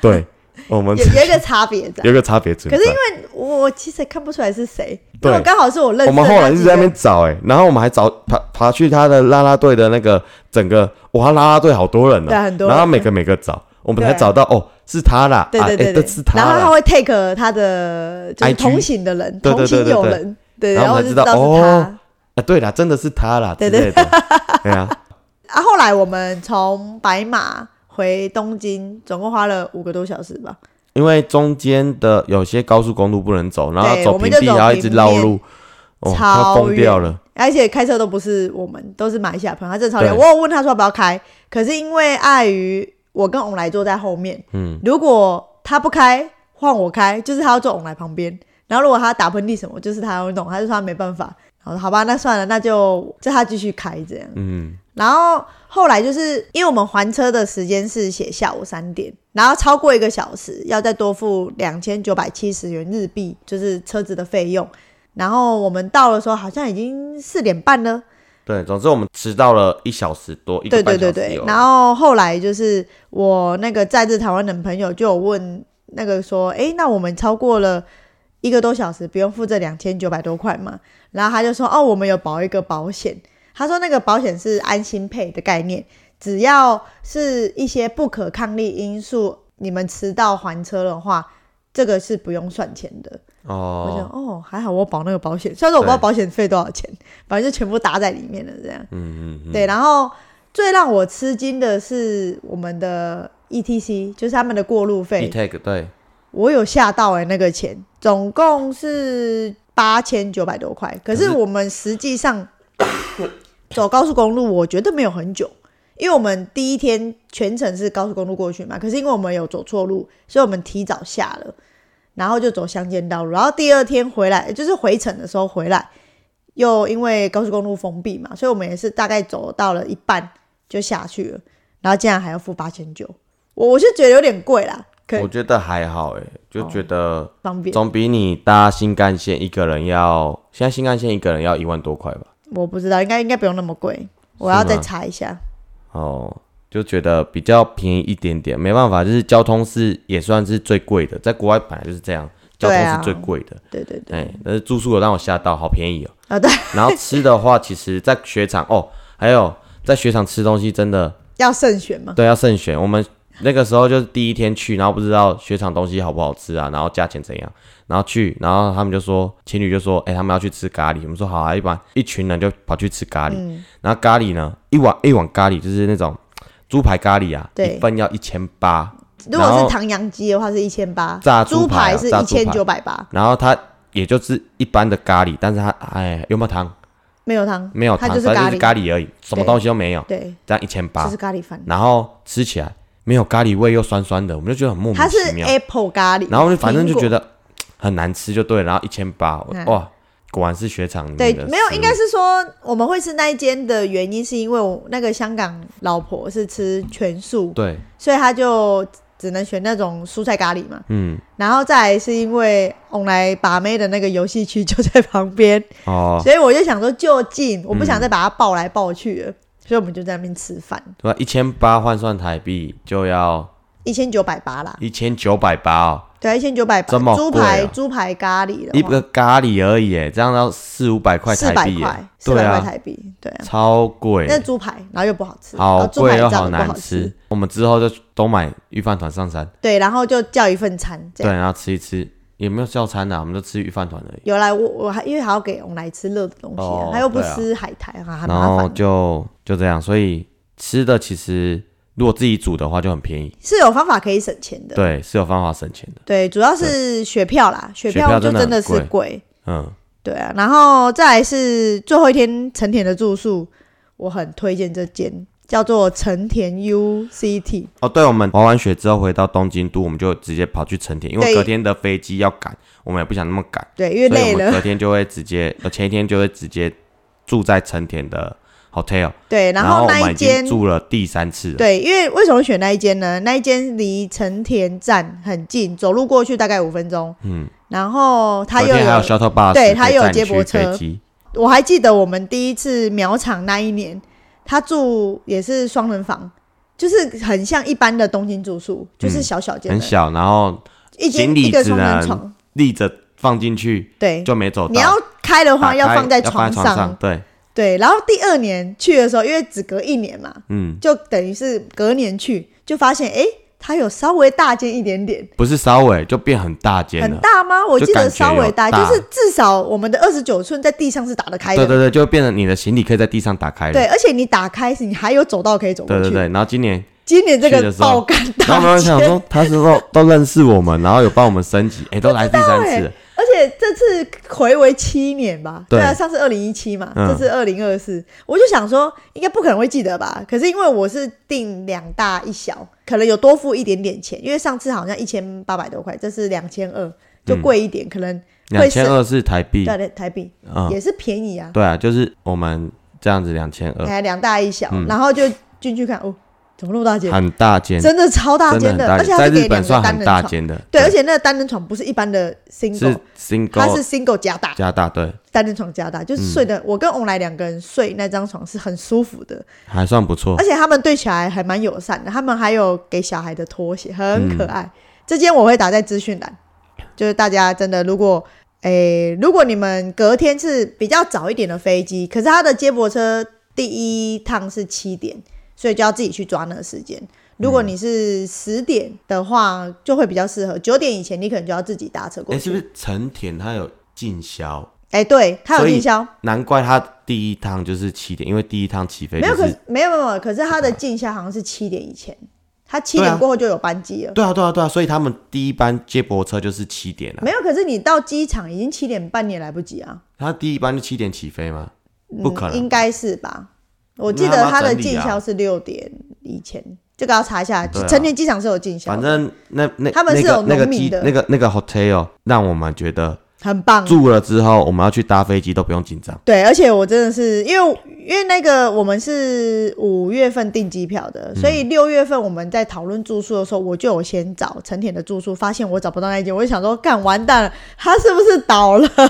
Speaker 3: 对，我们
Speaker 2: 有有一个差别在
Speaker 3: 有，一个差别存
Speaker 2: 可
Speaker 3: 在。
Speaker 2: 是因为我其实也看不出来是谁，因
Speaker 3: 对
Speaker 2: 为我刚好是我认识的
Speaker 3: 我
Speaker 2: 几个。
Speaker 3: 们后来就在那边找哎、欸然后我们还找爬爬去他的啦啦队的那个整个，哇，啦啦队好多人呢、啊
Speaker 2: 对很多人
Speaker 3: 然后每个每个找，我们才
Speaker 2: 对啊
Speaker 3: 找到哦，是他啦，
Speaker 2: 对对
Speaker 3: 啊
Speaker 2: 对
Speaker 3: 欸
Speaker 2: 对，
Speaker 3: 是他
Speaker 2: 然后他
Speaker 3: 啦，
Speaker 2: 会 take 他的就是
Speaker 3: IG
Speaker 2: 同行的人，
Speaker 3: 对
Speaker 2: 同
Speaker 3: 对
Speaker 2: 行
Speaker 3: 对对
Speaker 2: 友
Speaker 3: 对
Speaker 2: 人，对，
Speaker 3: 然
Speaker 2: 然
Speaker 3: 后
Speaker 2: 后
Speaker 3: 我
Speaker 2: 就
Speaker 3: 们
Speaker 2: 知
Speaker 3: 才
Speaker 2: 道
Speaker 3: 知道
Speaker 2: 是他
Speaker 3: 哦。啊，对啦，真的是他啦
Speaker 2: 对
Speaker 3: 之
Speaker 2: 对
Speaker 3: 类的，对啊，
Speaker 2: 啊，后来我们从白马回东京，总共花了五个多小时吧。
Speaker 3: 因为中间的有些高速公路不能走，然后
Speaker 2: 对
Speaker 3: 走
Speaker 2: 我们
Speaker 3: 平
Speaker 2: 就
Speaker 3: 地，
Speaker 2: 走
Speaker 3: 然后一直
Speaker 2: 平
Speaker 3: 绕
Speaker 2: 面
Speaker 3: 路，哦，
Speaker 2: 超
Speaker 3: 快疯掉
Speaker 2: 远
Speaker 3: 了。
Speaker 2: 而且开车都不是我们，都是马来西亚朋友，他真的超厉害。
Speaker 3: 对
Speaker 2: 我有问他说要不要开，可是因为碍于我跟翁来坐在后面，
Speaker 3: 嗯，
Speaker 2: 如果他不开，换我开，就是他要坐翁来旁边。然后如果他打喷嚏什么，就是他要弄，他就说他没办法。然后说好吧，那算了，那就叫他继续开这样。
Speaker 3: 嗯，
Speaker 2: 然后后来就是因为我们还车的时间是写下午三点，然后超过一个小时要再多付两千九百七十元日币，就是车子的费用。然后我们到的时候好像已经四点半了，
Speaker 3: 对，总之我们迟到了一小时多，一
Speaker 2: 对
Speaker 3: 个
Speaker 2: 对
Speaker 3: 半
Speaker 2: 对
Speaker 3: 小时哦
Speaker 2: 对
Speaker 3: 有。
Speaker 2: 然后后来就是我那个在日台湾的朋友就有问那个说，诶，那我们超过了一个多小时，不用付这两千九百多块嘛？然后他就说，哦，我们有保一个保险。他说那个保险是安心配的概念，只要是一些不可抗力因素，你们迟到还车的话，这个是不用算钱的。我想
Speaker 3: 哦，
Speaker 2: 哦，还好我保那个保险，虽然说我不知道
Speaker 3: 对
Speaker 2: 保险费多少钱，反正就全部搭在里面了这样。
Speaker 3: 嗯嗯嗯，
Speaker 2: 对，然后最让我吃惊的是我们的 ETC，就是他们的过路
Speaker 3: ，E
Speaker 2: 费，
Speaker 3: tag 对，
Speaker 2: 我有吓到哎、那个钱总共是八千九百多块，可是
Speaker 3: 可是
Speaker 2: 我们实际上 走高速公路，我觉得没有很久。因为我们第一天全程是高速公路过去嘛，可是因为我们有走错路，所以我们提早下了，然后就走乡间道路。然后第二天回来，就是回程的时候回来，又因为高速公路封闭嘛，所以我们也是大概走到了一半就下去了，然后竟然还要付八千九，我我是觉得有点贵啦，可
Speaker 3: 我觉得还好诶，就觉得
Speaker 2: 方便。
Speaker 3: 总比你搭新干线一个人要，现在新干线一个人要一万多块吧？
Speaker 2: 我不知道，应该应该不用那么贵，我要再查一下。
Speaker 3: 哦，就觉得比较便宜一点点，没办法，就是交通是也算是最贵的，在国外本来就是这样，交
Speaker 2: 对
Speaker 3: 通
Speaker 2: 啊
Speaker 3: 是最贵的。
Speaker 2: 对对对，
Speaker 3: 哎、但是住宿有让我吓到，好便宜哦。
Speaker 2: 啊对，
Speaker 3: 然后吃的话，其实，在雪场哦，还有在雪场吃东西真的
Speaker 2: 要慎选嘛。
Speaker 3: 对要慎选。我们那个时候就是第一天去，然后不知道雪场东西好不好吃啊，然后价钱怎样，然后去，然后他们就说情侣就说，哎、他们要去吃咖喱，我们说好啊，一般一群人就跑去吃咖喱，
Speaker 2: 嗯
Speaker 3: 然后咖喱呢，一碗一碗咖喱就是那种猪排咖喱啊，
Speaker 2: 对
Speaker 3: 一份要一千八，
Speaker 2: 如果
Speaker 3: 然后
Speaker 2: 是唐扬鸡的话是一千八
Speaker 3: 炸，猪
Speaker 2: 猪
Speaker 3: 排啊
Speaker 2: 是
Speaker 3: 炸
Speaker 2: 一
Speaker 3: 猪排
Speaker 2: 千九百八，
Speaker 3: 然后它也就是一般的咖喱，但是它哎有没有糖？
Speaker 2: 没有汤，
Speaker 3: 没有
Speaker 2: 它
Speaker 3: 糖，
Speaker 2: 就是
Speaker 3: 反正
Speaker 2: 咖喱，
Speaker 3: 就是咖喱而已，什么
Speaker 2: 对
Speaker 3: 东西都没有，
Speaker 2: 对，
Speaker 3: 这样一千八
Speaker 2: 就是，咖喱饭。
Speaker 3: 然后吃起来没有咖喱味又酸酸的，我们就觉得很莫名
Speaker 2: 它是
Speaker 3: 其妙。
Speaker 2: apple 咖喱，
Speaker 3: 然后就反正就
Speaker 2: 苹果
Speaker 3: 觉得嘖很难吃就对了，然后一千八，
Speaker 2: 嗯
Speaker 3: 哇，果然是雪场里
Speaker 2: 对
Speaker 3: 面的，
Speaker 2: 没有，
Speaker 3: 食物
Speaker 2: 应该是说我们会吃那一间的原因是因为我那个香港老婆是吃全素，
Speaker 3: 对，
Speaker 2: 所以她就只能选那种蔬菜咖喱嘛。
Speaker 3: 嗯，
Speaker 2: 然后再来是因为我们来把妹的那个游戏区就在旁边，
Speaker 3: 哦，嗯
Speaker 2: 所以我就想说就近，我不想再把它抱来抱去了，所以我们就在那边吃饭，
Speaker 3: 对吧？一千八换算台币就要
Speaker 2: 一千九百八啦，
Speaker 3: 一千九百八哦，
Speaker 2: 对啊，一千九百八
Speaker 3: 这么，贵啊
Speaker 2: 猪排猪排咖喱
Speaker 3: 一
Speaker 2: 的话，
Speaker 3: 个咖喱而已耶，这样要四五百块
Speaker 2: 四
Speaker 3: 台
Speaker 2: 百
Speaker 3: 币
Speaker 2: 块
Speaker 3: 耶，，
Speaker 2: 四
Speaker 3: 对
Speaker 2: 百块
Speaker 3: 啊，
Speaker 2: 台币，对啊，
Speaker 3: 超贵，
Speaker 2: 那猪排然后又不好吃，然
Speaker 3: 好
Speaker 2: 后猪排
Speaker 3: 贵又
Speaker 2: 也
Speaker 3: 好
Speaker 2: 长得不
Speaker 3: 难
Speaker 2: 好吃
Speaker 3: 吃，。我们之后就都买御饭团上山，
Speaker 2: 对，然后就叫一份餐这
Speaker 3: 对，
Speaker 2: 样。
Speaker 3: 然后吃一吃，也没有叫餐啊的，我们就吃御饭团而已。
Speaker 2: 有来我我还因为还要给我们来吃热的东西啊
Speaker 3: 哦，
Speaker 2: 他又不
Speaker 3: 对啊
Speaker 2: 吃海苔啊，还
Speaker 3: 然
Speaker 2: 麻
Speaker 3: 后
Speaker 2: 烦。
Speaker 3: 就就这样，所以吃的其实如果自己煮的话就很便宜，
Speaker 2: 是有方法可以省钱的，
Speaker 3: 对，是有方法省钱的。
Speaker 2: 对，主要是学票啦，学
Speaker 3: 学票
Speaker 2: 就
Speaker 3: 真的
Speaker 2: 真
Speaker 3: 很
Speaker 2: 是贵，
Speaker 3: 嗯，
Speaker 2: 对啊。然后再来是最后一天成田的住宿，我很推荐这间叫做成田 UCT，
Speaker 3: 哦，对，我们滑完雪之后回到东京都，我们就直接跑去成田，因为
Speaker 2: 对
Speaker 3: 隔天的飞机要赶，我们也不想那么赶，
Speaker 2: 对，因为
Speaker 3: 所以
Speaker 2: 累
Speaker 3: 我们
Speaker 2: 了，
Speaker 3: 隔天就会直接，呃，前一天就会直接住在成田的 hotel，
Speaker 2: 对。然
Speaker 3: 后我
Speaker 2: 那
Speaker 3: 们
Speaker 2: 一
Speaker 3: 已经
Speaker 2: 间，
Speaker 3: 住了第三次了，
Speaker 2: 对，因为为什么选那一间呢？那一间离成田站很近，走路过去大概五分钟，
Speaker 3: 嗯，
Speaker 2: 然后它
Speaker 3: 隔
Speaker 2: 又
Speaker 3: 天还有
Speaker 2: 有
Speaker 3: shuttle bus，
Speaker 2: 对
Speaker 3: 可
Speaker 2: 它
Speaker 3: 以
Speaker 2: 又有
Speaker 3: 载你
Speaker 2: 接驳
Speaker 3: 去飞
Speaker 2: 车
Speaker 3: 机
Speaker 2: 我还记得我们第一次苗场那一年，他住也是双人房，就是很像一般的东京住宿，就是小小间的，
Speaker 3: 嗯很小，然后
Speaker 2: 一间
Speaker 3: 行李
Speaker 2: 一个
Speaker 3: 只
Speaker 2: 双人
Speaker 3: 能
Speaker 2: 床。
Speaker 3: 立着放进去
Speaker 2: 对，
Speaker 3: 就没哦走到，
Speaker 2: 你要开的
Speaker 3: 打
Speaker 2: 话
Speaker 3: 开
Speaker 2: 要放在
Speaker 3: 要放
Speaker 2: 床
Speaker 3: 在上，对，
Speaker 2: 对，然后第二年去的时候，因为只隔一年嘛，
Speaker 3: 嗯，
Speaker 2: 就等于是隔年去，就发现诶，它有稍微大间一点点。
Speaker 3: 不是稍微就变很大间
Speaker 2: 很
Speaker 3: 了，
Speaker 2: 大吗？我
Speaker 3: 就
Speaker 2: 记
Speaker 3: 感
Speaker 2: 得
Speaker 3: 觉
Speaker 2: 稍微
Speaker 3: 有
Speaker 2: 大，
Speaker 3: 大
Speaker 2: 就是至少我们的二十九寸在地上是打得开的。
Speaker 3: 对对对，就变成你的行李可以在地上打开了，
Speaker 2: 对而且你打开是，你还有走道可以走过
Speaker 3: 对
Speaker 2: 去。
Speaker 3: 对对，然后今年
Speaker 2: 今年这
Speaker 3: 去
Speaker 2: 个
Speaker 3: 的时候
Speaker 2: 爆肝
Speaker 3: 然后
Speaker 2: 大
Speaker 3: 我们
Speaker 2: 街，
Speaker 3: 想说，他是都都认识我们，然后有帮我们升 级，哎、都来第三次了，
Speaker 2: 欸而且这次回为七年吧，
Speaker 3: 对
Speaker 2: 对啊，上次二零一七嘛，
Speaker 3: 嗯
Speaker 2: 这次二零二四，我就想说应该不可能会记得吧，可是因为我是订两大一小，可能有多付一点点钱，因为上次好像一千八百多块，这次两千二，就贵一点，可能
Speaker 3: 两
Speaker 2: 哎会是
Speaker 3: 千二是台币，
Speaker 2: 对啊台币、
Speaker 3: 嗯，
Speaker 2: 也是便宜啊，
Speaker 3: 对啊，就是我们这样子两千二，
Speaker 2: 哎，两大一小，然后就进去看，哦，怎么那么大间？
Speaker 3: 嗯很大间，
Speaker 2: 真的超大
Speaker 3: 真的
Speaker 2: 间
Speaker 3: 很
Speaker 2: 的，
Speaker 3: 大
Speaker 2: 而且
Speaker 3: 间，
Speaker 2: 它
Speaker 3: 在
Speaker 2: 是给
Speaker 3: 日
Speaker 2: 两
Speaker 3: 本
Speaker 2: 个
Speaker 3: 算
Speaker 2: 单
Speaker 3: 很
Speaker 2: 人
Speaker 3: 大
Speaker 2: 床，
Speaker 3: 间的，
Speaker 2: 对，而且那个单人床不是一般的 single，
Speaker 3: 是 single
Speaker 2: 它是 single 加大
Speaker 3: 加大，对，
Speaker 2: 单人床加大，就是
Speaker 3: 嗯
Speaker 2: 睡的、我跟翁来两个人睡那张床是很舒服的，
Speaker 3: 还算不错
Speaker 2: 而，且他们对小孩还蛮友善的，他们还有给小孩的拖鞋，很
Speaker 3: 嗯
Speaker 2: 可爱。这间我会打在资讯栏，就是大家真的如果。诶，如果你们隔天是比较早一点的飞机，可是他的接驳车第一趟是七点，所以就要自己去抓那个时间。如果你是
Speaker 3: 嗯
Speaker 2: 十点的话，就会比较适合；九点以前，你可能就要自己搭车过
Speaker 3: 哎、
Speaker 2: 去。
Speaker 3: 是不是成田它有进销？
Speaker 2: 诶对，它有
Speaker 3: 所以
Speaker 2: 营销，
Speaker 3: 难怪他第一趟就是七点，因为第一趟起飞
Speaker 2: 没
Speaker 3: 就
Speaker 2: 有，可
Speaker 3: 是啊
Speaker 2: 是没有没有没有，可是他的进校好像是七点以前，他七
Speaker 3: 对
Speaker 2: 点
Speaker 3: 啊
Speaker 2: 过后就有班机了。
Speaker 3: 对啊对啊对啊，所以他们第一班接驳车就是七点啊
Speaker 2: 没，有，可是你到机场已经七点半，你也来不及啊。嗯
Speaker 3: 他第一班就七点起飞吗？不可能
Speaker 2: 应，该是吧？我记
Speaker 3: 那
Speaker 2: 得
Speaker 3: 他
Speaker 2: 他
Speaker 3: 们要
Speaker 2: 的
Speaker 3: 整理
Speaker 2: 进
Speaker 3: 啊
Speaker 2: 校是六点以前，这个要查一下。
Speaker 3: 对啊
Speaker 2: 成田机场是有进校的，
Speaker 3: 反正那那
Speaker 2: 他们是
Speaker 3: 那个
Speaker 2: 有
Speaker 3: 那个
Speaker 2: 农民
Speaker 3: 机
Speaker 2: 的
Speaker 3: 那个那个 hotel 哦让我们觉得
Speaker 2: 很棒。
Speaker 3: 住了之后，我们要去搭飞机都不用紧张。
Speaker 2: 对，而且我真的是因为因为那个我们是五月份订机票
Speaker 3: 嗯
Speaker 2: 的，所以六月份我们在讨论住宿的时候，我就有先找成田的住宿，发现我找不到那一间，我就想说，干完蛋了，他是不是倒了？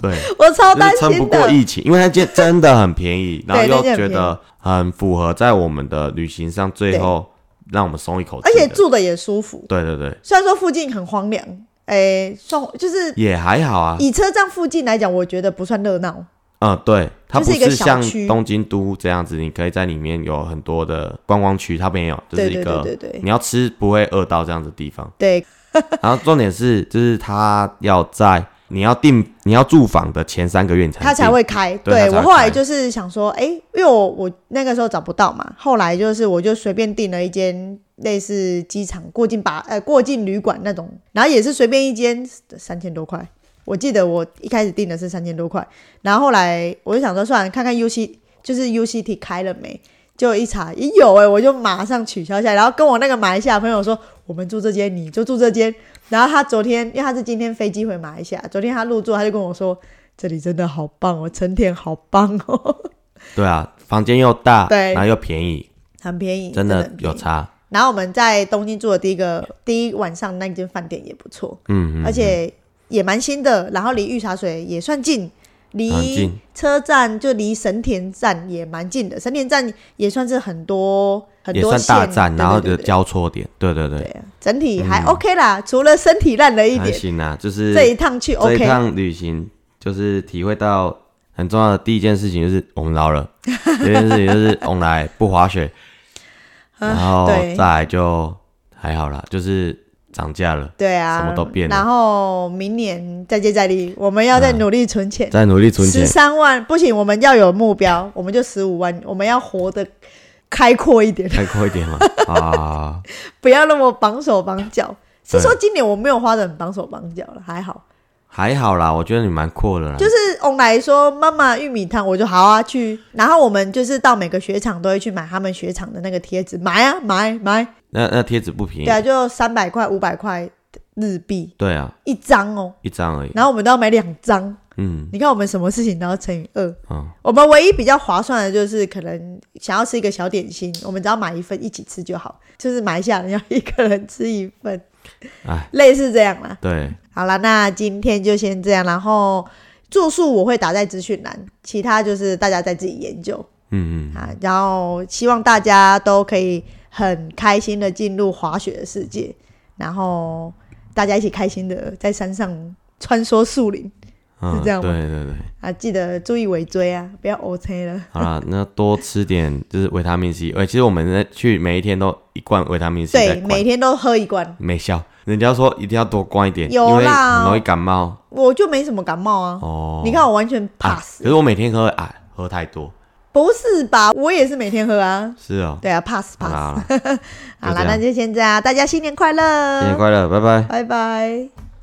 Speaker 3: 对，
Speaker 2: 我超哦
Speaker 3: 就
Speaker 2: 担
Speaker 3: 是
Speaker 2: 心
Speaker 3: 撑
Speaker 2: 的。
Speaker 3: 不过疫情，因为那间真的很便宜，然后
Speaker 2: 对那
Speaker 3: 又
Speaker 2: 间很
Speaker 3: 觉得很符合在我们的旅行上，最后让我们松一口气
Speaker 2: 而且
Speaker 3: 的。
Speaker 2: 住的也舒服。
Speaker 3: 对对对，
Speaker 2: 虽然说附近很荒凉，诶、算就是
Speaker 3: 也还好啊。
Speaker 2: 以车站附近来讲，我觉得不算热闹。
Speaker 3: 嗯，对，它
Speaker 2: 就
Speaker 3: 不
Speaker 2: 是一个小
Speaker 3: 像
Speaker 2: 区
Speaker 3: 东京都这样子，你可以在里面有很多的观光区，它没有，这
Speaker 2: 对
Speaker 3: 是一
Speaker 2: 对
Speaker 3: 个
Speaker 2: 对对对
Speaker 3: 你要吃不会饿到这样子的地方。
Speaker 2: 对，
Speaker 3: 然后重点是，就是它要在你要订你要住房的前三个月你才
Speaker 2: 它才
Speaker 3: 订
Speaker 2: 会开。
Speaker 3: 对它才会
Speaker 2: 我后来
Speaker 3: 开
Speaker 2: 就是想说，诶，因为我我那个时候找不到嘛，后来就是我就随便订了一间类似机场过境吧，呃过境旅馆那种，然后也是随便一间三千多块。我记得我一开始订的是三千多块，然后后来我就想说，算了，看看 U C 就是 U C T 开了没。就一查也有哎、我就马上取消下来，然后跟我那个马来西亚朋友说，我们住这间，你就住这间。然后他昨天，因为他是今天飞机回马来西亚，昨天他入住，他就跟我说，这里真的好棒哦，成田好棒哦，
Speaker 3: 对啊，房间又大，
Speaker 2: 对
Speaker 3: 然后又便宜，
Speaker 2: 很便宜，
Speaker 3: 真的
Speaker 2: 很便
Speaker 3: 有
Speaker 2: 宜。
Speaker 3: 差。
Speaker 2: 然后我们在东京住的第一个第一晚上那间饭店也不错，
Speaker 3: 嗯，嗯
Speaker 2: 而且也蛮新的，然后离御茶水也算近，
Speaker 3: 很
Speaker 2: 离
Speaker 3: 近
Speaker 2: 车站就离神田站也蛮近的，神田站也算是很多很
Speaker 3: 也
Speaker 2: 多
Speaker 3: 算
Speaker 2: 线，
Speaker 3: 大站，
Speaker 2: 对
Speaker 3: 然后
Speaker 2: 对
Speaker 3: 就
Speaker 2: 对对
Speaker 3: 交错点，对对
Speaker 2: 对
Speaker 3: 对，
Speaker 2: 啊，整体还 OK 啦，除了身体烂了一
Speaker 3: 还
Speaker 2: 点，
Speaker 3: 行啊，就是
Speaker 2: 这一趟去
Speaker 3: 这一
Speaker 2: OK，
Speaker 3: 趟旅行就是体会到很重要的第一件事情，就是我们老 了。第一件事情就是我们来不滑雪，然后
Speaker 2: 啊对
Speaker 3: 再来就还好啦，就是涨价了，
Speaker 2: 对啊，
Speaker 3: 什么都变了嗯
Speaker 2: 然后明年再接再厉，我们要再努力存钱，
Speaker 3: 再努力存
Speaker 2: 十
Speaker 3: 钱。
Speaker 2: 三万不行，我们要有目标，我们就十五万，我们要活得开阔一点，
Speaker 3: 开阔一点嘛啊！
Speaker 2: 不要那么绑手绑脚。是
Speaker 3: 对
Speaker 2: 说今年我没有花的很绑手绑脚了，还好。
Speaker 3: 还好啦，我觉得你蛮阔的啦。
Speaker 2: 就是翁来说妈妈玉米汤，我就好啊去。然后我们就是到每个雪场都会去买他们雪场的那个贴纸，买啊买买，
Speaker 3: 那那贴纸不便
Speaker 2: 对啊，
Speaker 3: 宜，
Speaker 2: 就三百块五百块日币
Speaker 3: 对啊，
Speaker 2: 一张哦。
Speaker 3: 一张而已。
Speaker 2: 然后我们都要买两张，
Speaker 3: 嗯
Speaker 2: 你看我们什么事情都要乘以二。
Speaker 3: 嗯，
Speaker 2: 我们唯一比较划算的就是可能想要吃一个小点心，我们只要买一份一起吃就好，就是买一下人要一个人吃一份，
Speaker 3: 哎，
Speaker 2: 类似这样啦。
Speaker 3: 对，
Speaker 2: 好啦，那今天就先这样，然后住宿我会打在资讯栏，其他就是大家再自己研究
Speaker 3: 嗯嗯，
Speaker 2: 啊。然后希望大家都可以很开心的进入滑雪的世界，然后大家一起开心的在山上穿梭树林
Speaker 3: 嗯
Speaker 2: 是这样吗
Speaker 3: 对对对，
Speaker 2: 啊，记得注意尾椎啊，不要 OK 了。
Speaker 3: 好啦， 那多吃点就是维他命 C。哎，其实我们在去每一天都一罐维他命 C 在
Speaker 2: 对，
Speaker 3: 灌
Speaker 2: 每天都喝一罐，
Speaker 3: 没效。人家说一定要多灌一点，
Speaker 2: 有
Speaker 3: 因为
Speaker 2: 啦
Speaker 3: 很容易感冒
Speaker 2: 我就没什么感冒啊。
Speaker 3: 哦。
Speaker 2: 你看我完全
Speaker 3: 啊，
Speaker 2: pass，、
Speaker 3: 可是我每天喝，哎，喝太多，
Speaker 2: 不是吧？我也是每天喝啊。
Speaker 3: 是哦，
Speaker 2: 对啊，pass
Speaker 3: 好
Speaker 2: pass。
Speaker 3: 啦，好
Speaker 2: 好啦，
Speaker 3: 啦就这样
Speaker 2: 啊那就先这样，大家新年快乐，
Speaker 3: 新年快乐，拜拜。
Speaker 2: 拜拜。